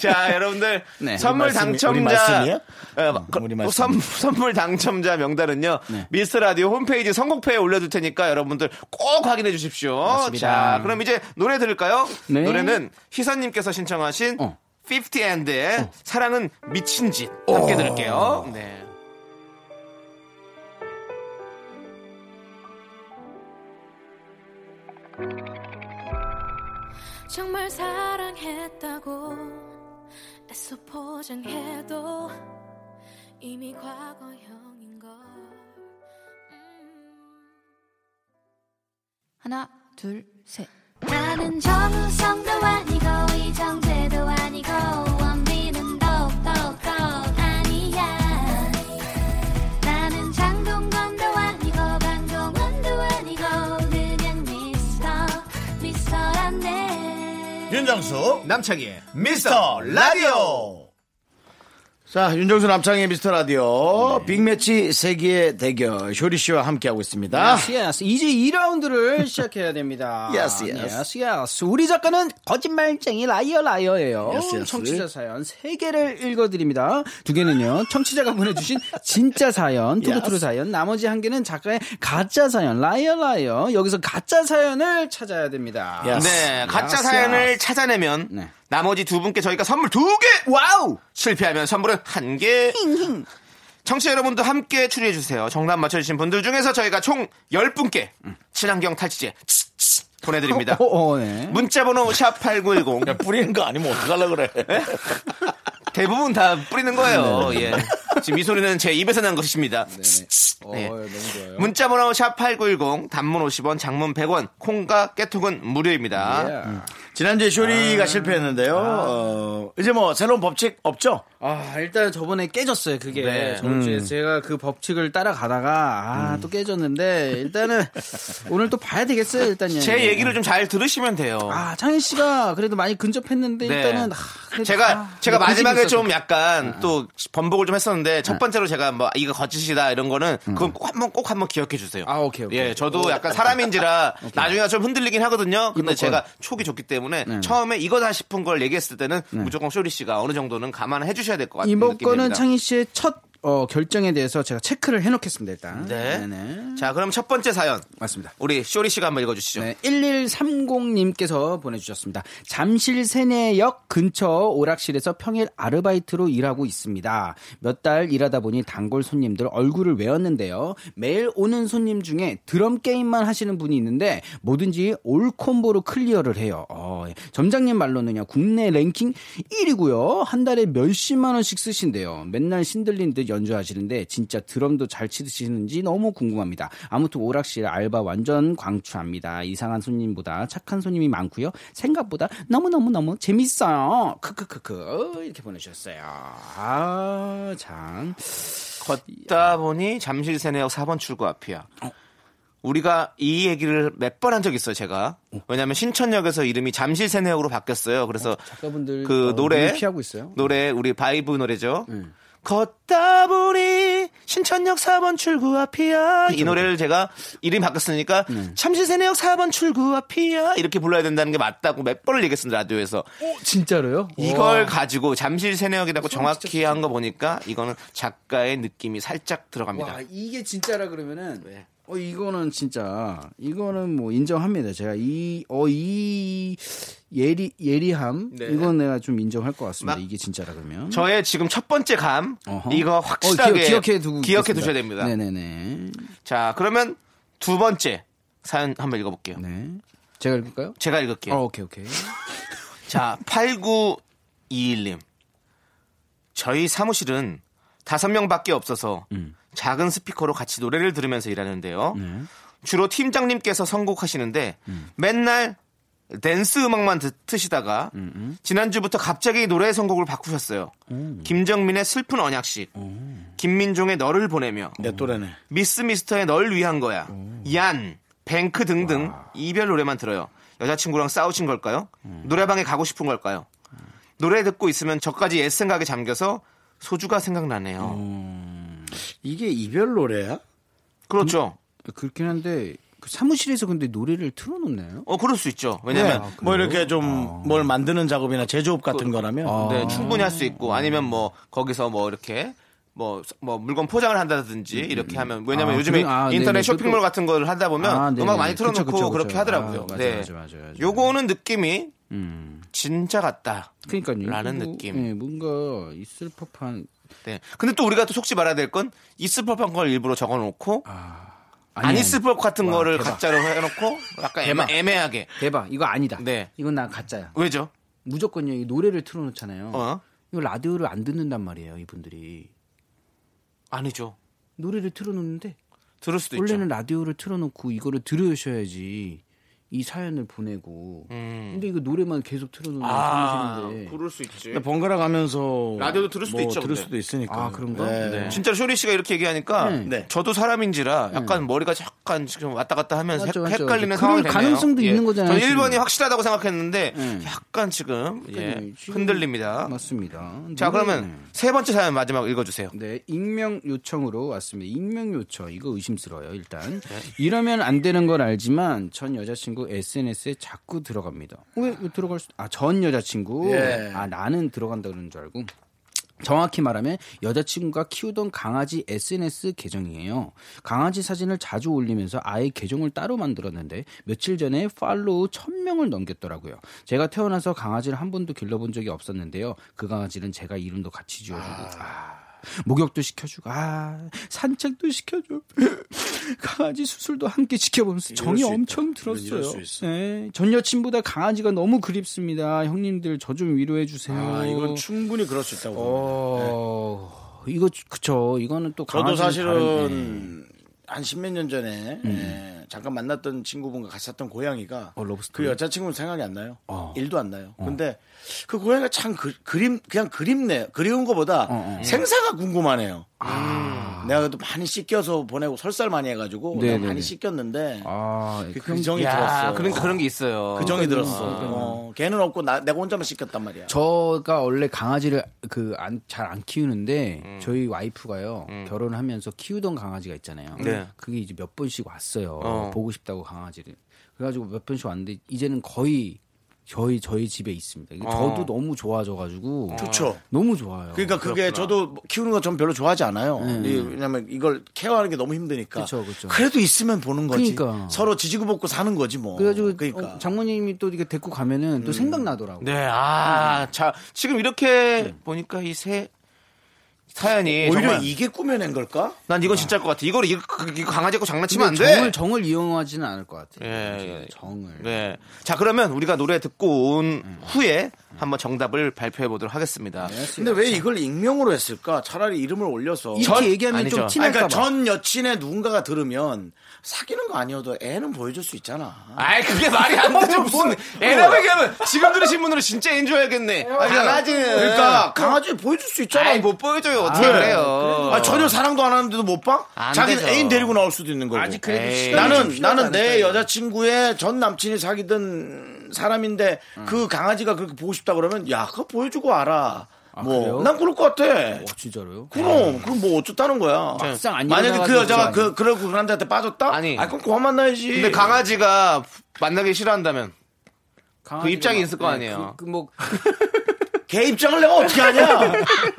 B: 자, 여러분들
F: 네.
B: 선물
A: 우리 말씀이- 우리
B: 당첨자
A: 말씀이에요?
B: 어,
A: 음,
B: 그-
A: 우리 말씀이.
B: 선, 선물 당첨자 명단은요.
F: 네.
B: 미스 라디오 홈페이지 선곡표에 올려둘 테니까 여러분들 꼭 확인해 주십시오.
F: 맞습니다.
B: 자, 그럼 이제 노래 들을까요?
F: 네.
B: 노래는 희선님께서 신청하신
F: 어.
B: 50 앤드의 사랑은 미친 짓 함께 들을게요. 네.
E: 정말 사랑했다고 애써 포장해도 이미 과거형인 걸. 음.
C: 하나 둘 셋.
E: 나는 정우성도 아니고 이정재도 아니고 원빈은 더욱더 아니야 나는 장동건도 아니고 강동원도 아니고 그냥 미스터 미스터란데
A: 윤정수
B: 남창희의
A: 미스터 라디오. 자, 윤정수 남창의 미스터 라디오 빅매치 세기의 대결 쇼리 씨와 함께하고 있습니다.
F: Yes, 아, yes. 이제 2라운드를 시작해야 됩니다.
A: Yes, yes.
F: yes, yes. 우리 작가는 거짓말쟁이 라이어 라이어예요.
A: Yes, yes.
F: 청취자 사연 3개를 읽어드립니다. 두 개는요, 청취자가 보내주신 진짜 사연, 투루투루
A: Yes.
F: 사연, 나머지 한 개는 작가의 가짜 사연, 라이어 라이어. 여기서 가짜 사연을 찾아야 됩니다.
A: Yes.
B: 네, 가짜
F: 야스,
B: 사연을
F: 야스.
B: 찾아내면
F: 네.
B: 나머지 두 분께 저희가 선물 두 개!
F: 와우!
B: 실패하면 선물은 한 개. 청취자 여러분도 함께 추리해 주세요. 정답 맞춰 주신 분들 중에서 저희가 총 10분께 친환경 탈취제 보내 드립니다.
F: 어, 어, 네.
B: 문자 번호 샵8910 네?
A: 뿌리는 거 아니면 어떡하려고 그래.
B: 대부분 다 뿌리는 거예요.
A: 네,
B: 예. 지금 이 소리는 제 입에서 난 것입니다.
A: 어, 네.
F: 어,
B: 예. 문자 번호 샵8910 단문 50원, 장문 100원, 콩과 깨톡은 무료입니다.
F: 예.
A: 지난주에 쇼리가 실패했는데요. 어, 이제 뭐 새로운 법칙 없죠?
F: 아, 일단 저번에 깨졌어요, 그게.
B: 네.
F: 저번주에 제가 그 법칙을 따라가다가, 아,
B: 음.
F: 또 깨졌는데, 일단은, 오늘 또 봐야 되겠어요, 일단.
B: 제 얘기를 좀 잘 들으시면 돼요.
F: 아, 창희 씨가 그래도 많이 근접했는데,
B: 네.
F: 일단은, 아, 그래도
B: 제가
F: 아,
B: 제가
F: 근데
B: 마지막에
F: 고집이
B: 좀
F: 있어서. 네.
B: 약간 또 번복을 좀 했었는데 첫 번째로 제가 뭐 이거 거짓이다 이런 거는 그건 꼭 한번 꼭 한번 기억해 주세요.
F: 음. 아, 오케이, 오케이.
B: 예, 저도 약간 사람인지라 나중에 좀 흔들리긴 하거든요. 근데
F: 이번 네.
B: 제가 촉이 좋기 때문에 처음에 이거다 싶은 걸 얘기했을 때는 무조건 쇼리 씨가 어느 정도는 감안해 주셔야 될 것 같은
F: 이번 거는
B: 느낌입니다.
F: 창희 씨의 첫, 어, 결정에 대해서 제가 체크를 해놓겠습니다, 일단.
B: 네.
F: 네
B: 자, 그럼 첫 번째 사연.
F: 맞습니다.
B: 우리 쇼리 씨가 한번 읽어 주시죠.
F: 네, 1130님께서 보내주셨습니다. 잠실 세내역 근처 오락실에서 평일 아르바이트로 일하고 있습니다. 몇 달 일하다 보니 단골 손님들 얼굴을 외웠는데요. 매일 오는 손님 중에 드럼 게임만 하시는 분이 있는데 뭐든지 올 콤보로 클리어를 해요. 어, 예. 점장님 말로는요, 국내 랭킹 1위고요. 한 달에 몇십만 원씩 쓰신대요. 맨날 신들린 듯 연주하시는데 진짜 드럼도 잘 치시는지 너무 궁금합니다. 아무튼 오락실 알바 완전 광추합니다. 이상한 손님보다 착한 손님이 많고요. 생각보다 너무너무너무 재밌어요. 크크크크 이렇게 보내주셨어요. 아, 참.
B: 걷다 보니 잠실 세내역 4번 출구 앞이야. 우리가 이 얘기를 몇 번 한 적 있어요, 제가. 왜냐면 하 신천역에서 이름이 잠실 세내역으로 바뀌었어요. 그래서
F: 작가분들
B: 그
F: 어,
B: 노래
F: 눈을 피하고 있어요. 네.
B: 노래 우리 바이브 노래죠. 걷다 보니 신천역 4번 출구 앞이야. 이 노래를 제가 이름이 바뀌었으니까
F: 네.
B: 잠실 세내역 4번 출구 앞이야. 이렇게 불러야 된다는 게 맞다고 몇 번을 얘기했습니다, 라디오에서.
F: 어, 진짜로요?
B: 이걸 가지고 잠실 세내역이라고 정확히 한 거 보니까 이거는 작가의 느낌이 살짝 들어갑니다.
F: 와 이게 진짜라 그러면은 어 이거는 진짜 이거는 뭐 인정합니다. 제가 이 어 이 예리 예리함
B: 네.
F: 이건 내가 좀 인정할 것 같습니다.
B: 막-
F: 이게 진짜라 그러면
B: 저의 지금 첫 번째 감
F: 어허.
B: 이거
F: 어,
B: 확실하게
F: 기억, 기억해 두고
B: 기억해
F: 있겠습니다.
B: 두셔야 됩니다.
F: 네네네
B: 자 그러면 두 번째 사연 한번 읽어볼게요.
F: 네 제가 읽을까요?
B: 제가 읽을게요.
F: 어 오케이 오케이
B: 자 8921님 저희 사무실은 다섯 명밖에 없어서 작은 스피커로 같이 노래를 들으면서 일하는데요. 주로 팀장님께서 선곡하시는데 맨날 댄스 음악만 듣- 듣으시다가 지난주부터 갑자기 노래 선곡을 바꾸셨어요. 김정민의 슬픈 언약식, 김민종의 너를 보내며
A: 내 또래네.
B: 미스 미스터의 널 위한 거야. 얀, 뱅크 등등 이별 노래만 들어요. 여자친구랑 싸우신 걸까요?
F: 음.
B: 노래방에 가고 싶은 걸까요? 노래 듣고 있으면 저까지 옛 생각에 잠겨서 소주가 생각나네요.
F: 음.
A: 이게 이별 노래야?
B: 그렇죠.
F: 그렇긴 한데 그 사무실에서 근데 노래를 틀어놓나요?
B: 어 그럴 수 있죠.
F: 아,
B: 왜냐면
A: 네, 뭐 이렇게 좀 뭘 만드는 작업이나 제조업 같은 거라면
F: 아,
B: 네, 충분히 할 수 있고 아니면 뭐 거기서 뭐 이렇게 뭐, 뭐 물건 포장을 한다든지 이렇게 하면 왜냐면
F: 음, 아,
B: 요즘에
F: 그래? 아,
B: 인터넷
F: 네네.
B: 쇼핑몰
F: 그것도-
B: 같은 걸 하다 보면
F: 아, 네네.
B: 음악 많이
F: 그쵸,
B: 틀어놓고
F: 그쵸, 그쵸.
B: 그렇게 하더라고요.
F: 아, 맞아,
B: 네.
F: 맞아, 맞아, 맞아.
B: 요거는 느낌이
F: 음.
B: 진짜 같다.
F: 그러니까요.
B: 라는
F: 뭐,
B: 느낌.
F: 예, 뭔가 있을 법한
B: 네. 근데 또 우리가 또 속지 말아야 될 건 있을 법한 걸 일부러 적어놓고
F: 아니,
B: 안
F: 아니.
B: 있을 법 같은
F: 와,
B: 거를
F: 대박.
B: 가짜로 해놓고 약간
F: 대박.
B: 애매, 하게
F: 대박 이거 아니다.
B: 네.
F: 이건 나 가짜야.
B: 왜죠?
F: 무조건요. 이 노래를 틀어놓잖아요.
B: 어?
F: 이거 라디오를 안 듣는단 말이에요. 이분들이
B: 아니죠.
F: 노래를 틀어놓는데
B: 들을 수도 있죠.
F: 원래는 라디오를 틀어놓고 이거를 들으셔야지 이 사연을 보내고. 근데 이거 노래만 계속 틀어놓는
B: 음. 아,
F: 사무실인데.
B: 그럴 수 있지.
A: 근데 번갈아 가면서
B: 라디오도 들을 수도
A: 뭐
B: 있죠,
A: 들을
B: 근데.
A: 수도 있으니까.
F: 아 그런가?
A: 네.
F: 네.
B: 진짜 로 쇼리 씨가 이렇게 얘기하니까
F: 네.
A: 네.
B: 저도 사람인지라 약간 머리가 약간 지금 왔다 갔다 하면서
F: 음. 맞죠,
B: 헷-
F: 맞죠.
B: 헷갈리는
F: 그럴
B: 상황이 되네요. 예.
F: 가능성도 있는 거잖아요,
B: 저는 1번이
F: 지금.
B: 확실하다고 생각했는데
F: 네.
B: 약간 지금 예,
F: 그러니까요, 지금
B: 흔들립니다.
F: 맞습니다. 음.
B: 자
F: 노래는-
B: 그러면 세 번째 사연 마지막 읽어주세요.
F: 네, 익명 요청으로 왔습니다. 익명 요청 이거 의심스러워요. 일단
B: 네.
F: 이러면 안 되는 걸 알지만 전 여자친구 SNS에 자꾸 들어갑니다. 왜, 왜 들어갈 수? 아전 여자친구.
A: 예.
F: 아 나는 들어간다 그러는 줄 알고. 정확히 말하면 여자친구가 키우던 강아지 SNS 계정이에요. 강아지 사진을 자주 올리면서 아예 계정을 따로 만들었는데 며칠 전에 팔로우 1000명을 넘겼더라고요. 제가 태어나서 강아지를 한 번도 길러본 적이 없었는데요. 그 강아지는 제가 이름도 같이 지어주고 아, 목욕도 시켜주고 아, 산책도 시켜줘. 강아지 수술도 함께 지켜보면서 정이
A: 수 있다.
F: 엄청
A: 이럴
F: 들었어요.
A: 수 있어.
F: 네, 전 여친보다 강아지가 너무 그립습니다. 형님들 저 좀 위로해 주세요.
A: 아, 이건 충분히 그럴 수 있다고. 봅니다.
F: 어, 이거 주- 그쵸. 이거는 또
A: 저도
F: 강아지는 다른- 네.
A: 사실은
F: 음.
A: 한 십몇 년 전에 예, 잠깐 만났던 친구분과 같이 샀던 고양이가
F: 어, 러브스토리?
A: 그 여자친구는 생각이 안 나요.
F: 어.
A: 일도 안 나요. 근데 그 고양이가 참 그, 림 그냥 그립네. 그리운 것보다
F: 어, 어.
A: 생사가 궁금하네요. 내가 또 많이 씻겨서 보내고 설사를 많이 해가지고
F: 네,
A: 내가
F: 네, 네.
A: 많이 씻겼는데
F: 아,
A: 그,
F: 그럼
A: 정이
B: 야
A: 들었어.
B: 그러니까 그런 게 있어요.
A: 그 정이 들었어. 어, 걔는 없고 나, 내가 혼자만 씻겼단 말이야.
F: 저가 원래 강아지를 그 잘 안 키우는데
A: 음.
F: 저희 와이프가요 결혼하면서 키우던 강아지가 있잖아요.
B: 네.
F: 그게 이제 몇 번씩 왔어요.
B: 어.
F: 보고 싶다고 강아지를. 그래가지고 몇 번씩 왔는데 이제는 거의 저희 저희 집에 있습니다. 이게 저도 너무 좋아져가지고
A: 좋죠.
F: 너무 좋아요.
A: 어. 그 그러니까 그게 저도 뭐 키우는 거 전 별로 좋아하지 않아요. 이- 왜냐면 이걸 케어하는 게 너무 힘드니까.
F: 네. 그쵸, 그쵸.
A: 래도 있으면 보는 거지.
F: 그러니까.
A: 서로 지지고 볶고 사는 거지 뭐.
F: 그래가지고
A: 그러니까. 음.
F: 어, 장모님이 또 이렇게 데리고 가면은 또 생각나더라고. 요
B: 네, 아, 자 지금 이렇게 보니까 이 세 네.
F: 네,
B: 사연이
A: 오히려
B: 정말
A: 이게 꾸며낸 걸까?
B: 난 이건 진짜일 것 같아. 이걸 이, 그- 이거 강아지 갖고 장난치면 안
F: 정을
B: 돼.
F: 정을 이용하지는 않을 것 같아요.
B: 예, 예.
F: 정을.
B: 네. 자, 그러면 우리가 노래 듣고 온 후에 한번 정답을 발표해 보도록 하겠습니다.
A: 근데 왜 이걸 익명으로 했을까? 차라리 이름을 올려서.
F: 이렇게
B: 전-
F: 얘기하면
B: 아니죠.
F: 좀
A: 아니,
F: 티날까
A: 그러니까
F: 봐.
A: 전 여친의 누군가가 들으면 사귀는 거 아니어도 애는 보여줄 수 있잖아.
B: 아이, 그게 말이 안 되죠. 무슨 애라고 얘기하면 지금 들으신 분들은 진짜 애인 줄 알겠네. 강아지는.
A: 그러니까 강아지 보여줄 수 있잖아. 뭐
B: 아이, 못 보여줘요. 어떻게
A: 왜?
B: 그래요.
A: 아, 전혀 사랑도 안 하는데도 못 봐?
B: 안
A: 자기는
B: 되죠.
A: 애인 데리고 나올 수도 있는 거고.
F: 아직 그래도
B: 에이.
F: 시간이 좀
A: 나는
F: 필요하지
A: 나는 내
F: 않을까요?
A: 여자친구의 전 남친이 사귀던 사람인데
F: 음.
A: 그 강아지가 그렇게 보고 싶다 그러면 야 그거 보여주고 알아. 뭐
F: 그래요?
A: 난 그럴 것 같아.
F: 어, 진짜로요?
A: 그럼 그럼 뭐 어쩌다는 거야.
F: 막상 안
A: 만약에 그
F: 일어나가지고
A: 여자가
F: 아니.
A: 그 그러고 그런 데한테 빠졌다.
B: 아니.
A: 아 그럼 그만 만나야지.
B: 근데 강아지가 만나기 싫어한다면
F: 강아지가
B: 입장이
F: 막-
B: 있을 거
F: 네,
B: 아니에요.
F: 그- 그 뭐-
A: 걔 입장을 내가 어떻게 하냐?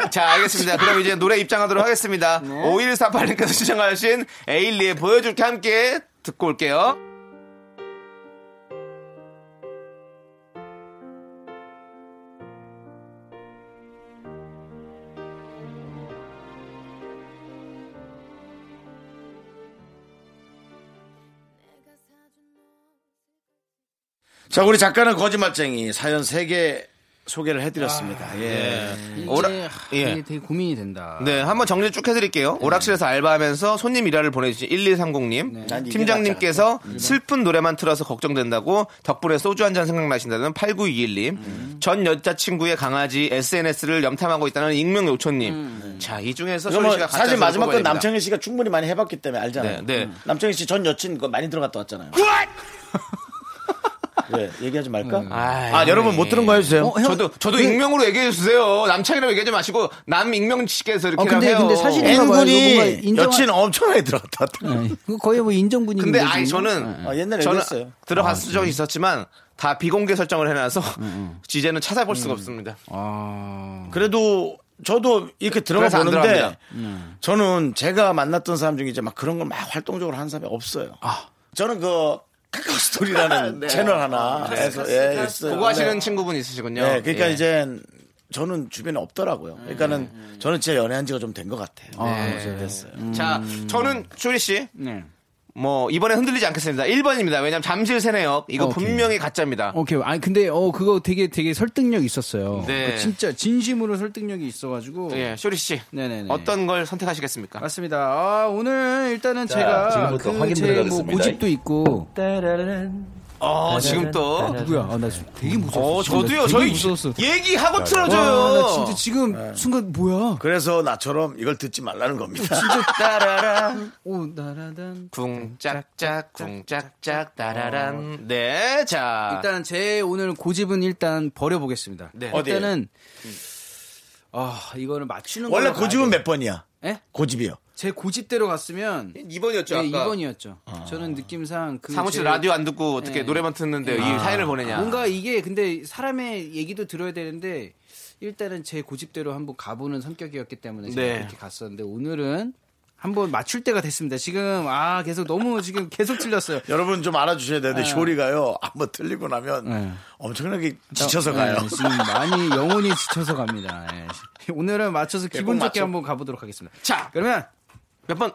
B: 자, 알겠습니다. 그럼 이제 노래 입장하도록 하겠습니다.
A: 네.
B: 5148님께서 시청하신 에일리의 보여줄게 함께 듣고 올게요.
A: 자 우리 작가는 거짓말쟁이 사연 3개 소개를 해드렸습니다. 예.
F: 이제
B: 아, 네. 오라- 예.
F: 이게 되게 고민이 된다.
B: 네, 한번 정리 쭉 해드릴게요.
A: 네.
B: 오락실에서 알바하면서 손님 일화를 보내주신 1130님,
A: 네. 난 이게
B: 팀장님께서 슬픈 노래만 틀어서 걱정된다고 덕분에 소주 한 잔 생각나신다는 8921님,
A: 음.
B: 전 여자친구의 강아지 SNS를 염탐하고 있다는 익명 요촌님. 자, 이 중에서
A: 그래서
B: 소리
A: 뭐
B: 씨가 가짜
A: 사실 마지막 건
B: 소리를
A: 남창희 씨가 충분히 많이 해봤기 때문에 알잖아요. 음.
B: 네, 네.
A: 남창희 씨 전 여친 그거 많이 들어갔다 왔잖아요.
B: 뽑아야 됩니다.
A: 왜? 얘기하지 말까?
F: 음.
B: 아이.
A: 아, 여러분 못 들은 거 해주세요.
F: 어, 형-
B: 저도 저도
F: 왜-
B: 익명으로 얘기해 주세요. 남창이라고 얘기하지 마시고 남 익명 씨께서 이렇게
F: 어, 근데-
B: 해요.
F: 근데 사실은-
B: 예.
A: N군이
F: 뭔가 인정하-
A: 여친 엄청나게 들어왔다.
F: 네. 그거 거의 뭐 인정분이.
B: 근데 아니 저는
A: 아, 옛날에
B: 저는
A: 얘기했어요.
B: 들어갔을 적이 있었지만 다 비공개 설정을 해놔서 이제는 찾아볼 수가 없습니다.
A: 그래도 저도 이렇게 들어가
B: 음. 그래서 안
A: 보는데 음.
B: 들어갑니다.
A: 저는 제가 만났던 사람 중에 이제 막 그런 걸 막 활동적으로 하는 사람이 없어요.
B: 아.
A: 저는 그 카카오 스토리라는
B: 네.
A: 채널
B: 아,
A: 하나에서 예, 있어요.
B: 그거 하시는
A: 네.
B: 친구분 있으시군요.
A: 네, 그러니까
B: 예.
A: 이제 저는 주변에 없더라고요. 그러니까는 저는 진짜 연애한 지가 좀 된 것 같아요. 네, 됐어요.
B: 자, 저는 쇼리 씨.
F: 네.
B: 뭐 이번에 흔들리지 않겠습니다. 1번입니다. 왜냐면 잠실 세내역 이거
F: 오케이.
B: 분명히 가짜입니다.
F: 오케이. 아니 근데 어 그거 되게 되게 설득력 있었어요.
B: 네.
F: 그 진짜 진심으로 설득력이 있어가지고.
B: 예, 쇼리 씨.
F: 네네네.
B: 어떤 걸 선택하시겠습니까?
F: 맞습니다. 아, 오늘 일단은 제가
I: 지금부터 확인
F: 그제뭐
I: 들어가겠습니다.
F: 고집도 있고
B: 어, 지금
A: 네,
B: 또
F: 누구야? 아, 나 지금 되게 무서웠어.
B: 어, 저도요. 아, 네.
F: 되게
B: 저희
F: 무서웠어.
B: 얘기하고
F: 와, 나
B: 틀어줘요.
F: 진짜 지금
I: 네.
F: 순간 뭐야?
A: 그래서 나처럼 이걸 듣지 말라는 겁니다.
B: 따라란
F: 오 나라단.
B: 쿵짝짝 쿵짝짝 따라란. 네, 자.
F: 일단 제 오늘 고집은 일단 버려보겠습니다.
B: 네.
F: 일단은 아 이거는 맞추는
A: 원래
F: 걸로
A: 고집은
F: 가야 돼요.
A: 몇 번이야?
F: 예?
A: 고집이요.
F: 제 고집대로 갔으면
B: 2번이었죠,
F: 네,
B: 아까.
F: 2번이었죠. 저는 느낌상 그
B: 사무실
F: 제-
B: 라디오 안 듣고 어떻게
F: 예.
B: 노래만 듣는데 이 사연을 보내냐.
F: 뭔가 이게 근데 사람의 얘기도 들어야 되는데 일단은 제 고집대로 한번 가보는 성격이었기 때문에 제가
B: 네.
F: 이렇게 갔었는데 오늘은 한번 맞출 때가 됐습니다. 지금 아 계속 너무 지금 계속 틀렸어요.
A: 여러분 좀 알아주셔야 되는데 쇼리가요. 한번 틀리고 나면
F: 네.
A: 엄청나게 지쳐서 가요.
F: 네, 지금 많이 영혼이 지쳐서 갑니다. 예. 오늘은 맞춰서 기분
A: 꼭
F: 좋게
A: 맞춰.
F: 한번 가보도록 하겠습니다.
B: 자,
F: 그러면
B: 몇 번?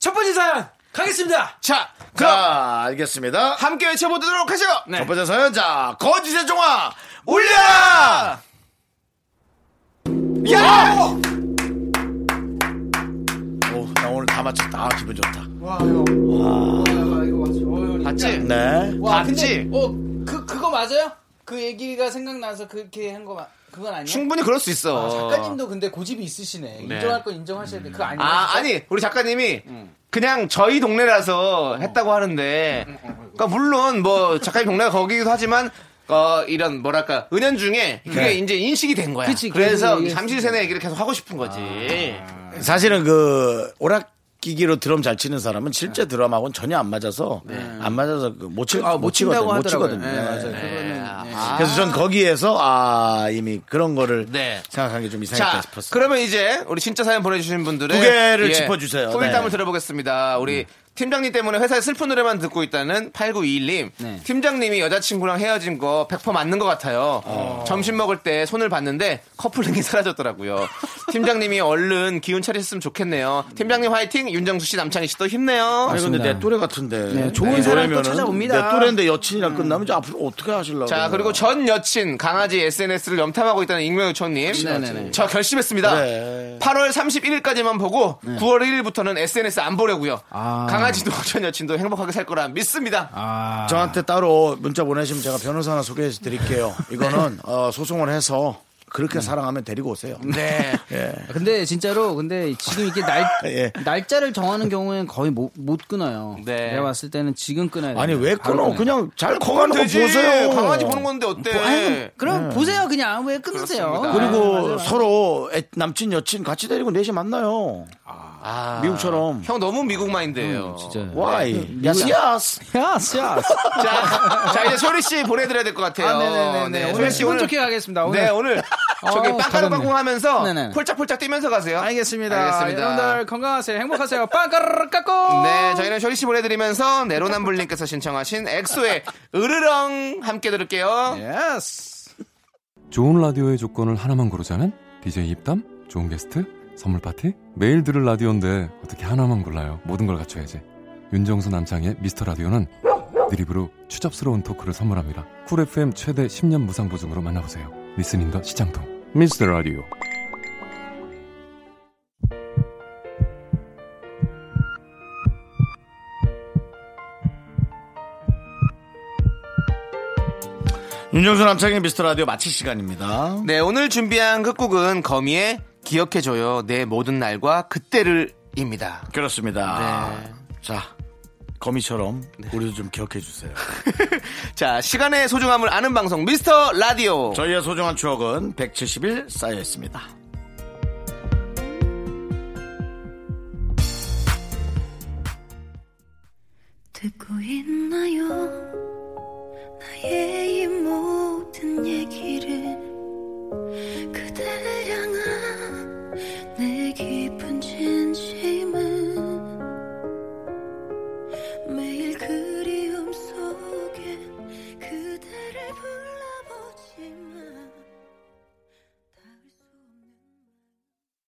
F: 첫 번째 사연 가겠습니다.
B: 자, 그럼
A: 자, 알겠습니다. 네.
B: 함께 외쳐보도록 하죠.
A: 첫 번째 사연, 자, 거짓의 종아, 울려라! 야! 오, 나 오늘 다 맞췄다. 아, 기분 좋다.
F: 와 이거 와 이거 맞죠?
B: 봤지?
A: 네.
B: 봤지?
F: 어그 그거 맞아요? 그 얘기가 생각나서 그렇게 한 거 그건 아니야?
B: 충분히 그럴 수 있어.
F: 아, 작가님도 근데 고집이 있으시네. 인정할 건 인정하셔야 돼. 그거 아니에요?
B: 아,
F: 진짜?
B: 아니, 우리 작가님이 그냥 저희 동네라서 했다고 하는데, 그러니까 물론 뭐 작가님 동네가 거기기도 하지만, 어, 이런 뭐랄까, 은연 중에 그게 이제 네. 인식이 된 아, 거야.
F: 그치,
B: 래서
F: 그래서
B: 잠실세네 얘기를 계속 하고 싶은 거지. 네.
A: 사실은 그, 오락기기로 드럼 잘 치는 사람은 실제 드럼하고는 전혀 안 맞아서, 안 맞아서 그 못, 치,
F: 아,
A: 못
F: 못
A: 치거든,
F: 친다고
A: 못
F: 하더라고요.
A: 치거든.
F: 네,
A: 네.
F: 맞아요. 그거는 예.
A: 그래서 전 거기에서, 아, 이미 그런 거를
B: 네.
A: 생각한 게 좀 이상했다
B: 자,
A: 싶었어요.
B: 그러면 이제 우리 진짜 사연 보내주신 분들의
A: 두 개를 짚어주세요. 네.
B: 소일담을
A: 음.
B: 들어보겠습니다. 우리 팀장님 때문에 회사에 슬픈 노래만 듣고 있다는 8921님.
F: 네.
B: 팀장님이 여자친구랑 헤어진 거 100% 맞는 것 같아요.
A: 어.
B: 점심 먹을 때 손을 봤는데 커플링이 사라졌더라고요. 팀장님이 얼른 기운 차리셨으면 좋겠네요. 팀장님 화이팅! 윤정수 씨, 남창희 씨도 힘내요.
A: 아니, 근데 내 또래 같은데.
F: 네, 좋은
A: 이
F: 사람 또
A: 노래면은
F: 찾아옵니다.
A: 내 또래인데 여친이랑 끝나면 이제 앞으로 어떻게 하실라고.
F: 네.
B: 자, 그리고 전 여친 강아지 SNS를 염탐하고 있다는 익명 요청님.
F: 네네네.
B: 저 결심했습니다.
F: 네.
A: 그래.
B: 8월 31일까지만 보고 9월 1일부터는 SNS 안 보려고요.
F: 아.
B: 강아지도 전 여친도 행복하게 살 거라 믿습니다.
F: 아,
A: 저한테 따로 문자 보내시면 제가 변호사 하나 소개해 드릴게요. 이거는 어, 소송을 해서 그렇게 사랑하면 데리고 오세요.
B: 네.
F: 아, 근데 진짜로 근데 지금 이게 날
A: 예.
F: 날짜를 정하는 경우에는 거의 못, 못 끊어요.
B: 네.
F: 내가 봤을 때는 지금 끊어야 돼.
A: 네. 아니 왜 끊어? 그냥 잘 커가는 거
B: 되지.
F: 뭐
A: 보세요.
B: 강아지 보는 건데 어때?
F: 그럼 보세요 그냥 왜 끊으세요?
B: 그렇습니다.
A: 네. 그리고
F: 아유, 맞아요.
A: 서로 애- 남친 여친 같이 데리고 넷이 만나요.
B: 아,
A: 미국처럼.
B: 형 너무 미국 마인드예요.
F: 음, 진짜.
A: Why? Yes, yes.
F: 야, 씨야.
B: 자, 자 이제 쇼리 씨 보내드려야 될 것 같아요.
F: 아, 네네네.
B: 쇼리
F: 오늘
B: 씨
F: 기분
B: 오늘
F: 좋게 가겠습니다. 오늘.
B: 네 오늘 저기
F: 어우,
B: 빵까르빵꿍
F: 잘했네.
B: 하면서
F: 네네.
B: 폴짝폴짝 뛰면서 가세요.
F: 알겠습니다.
B: 알겠습니다.
F: 여러분들 건강하세요. 행복하세요. 빵까르르 깎고.
B: 네, 저희는 쇼리 씨 보내드리면서 네로남불님께서 신청하신 엑소의 으르렁 함께 들을게요.
A: 네.
F: 예스.
I: 좋은 라디오의 조건을 하나만 고르자면 DJ 입담, 좋은 게스트, 선물 파티, 매일 들을 라디오인데 어떻게 하나만 골라요? 모든 걸 갖춰야지. 윤정수 남창의 미스터 라디오는 드립으로 추접스러운 토크를 선물합니다. 쿨 FM 최대 10년 무상 보증으로 만나보세요. 리스닝과 시장통 미스터 라디오.
A: 윤정수 남창의 미스터 라디오 마칠 시간입니다.
B: 네, 오늘 준비한 끝곡은 거미의 기억해줘요. 내 모든 날과 그때를입니다.
A: 그렇습니다.
B: 네.
A: 자 거미처럼 우리도 좀 기억해 주세요.
B: 자, 시간의 소중함을 아는 방송 미스터 라디오.
A: 저희의 소중한 추억은 170일 쌓여 있습니다.
E: 듣고 있나요?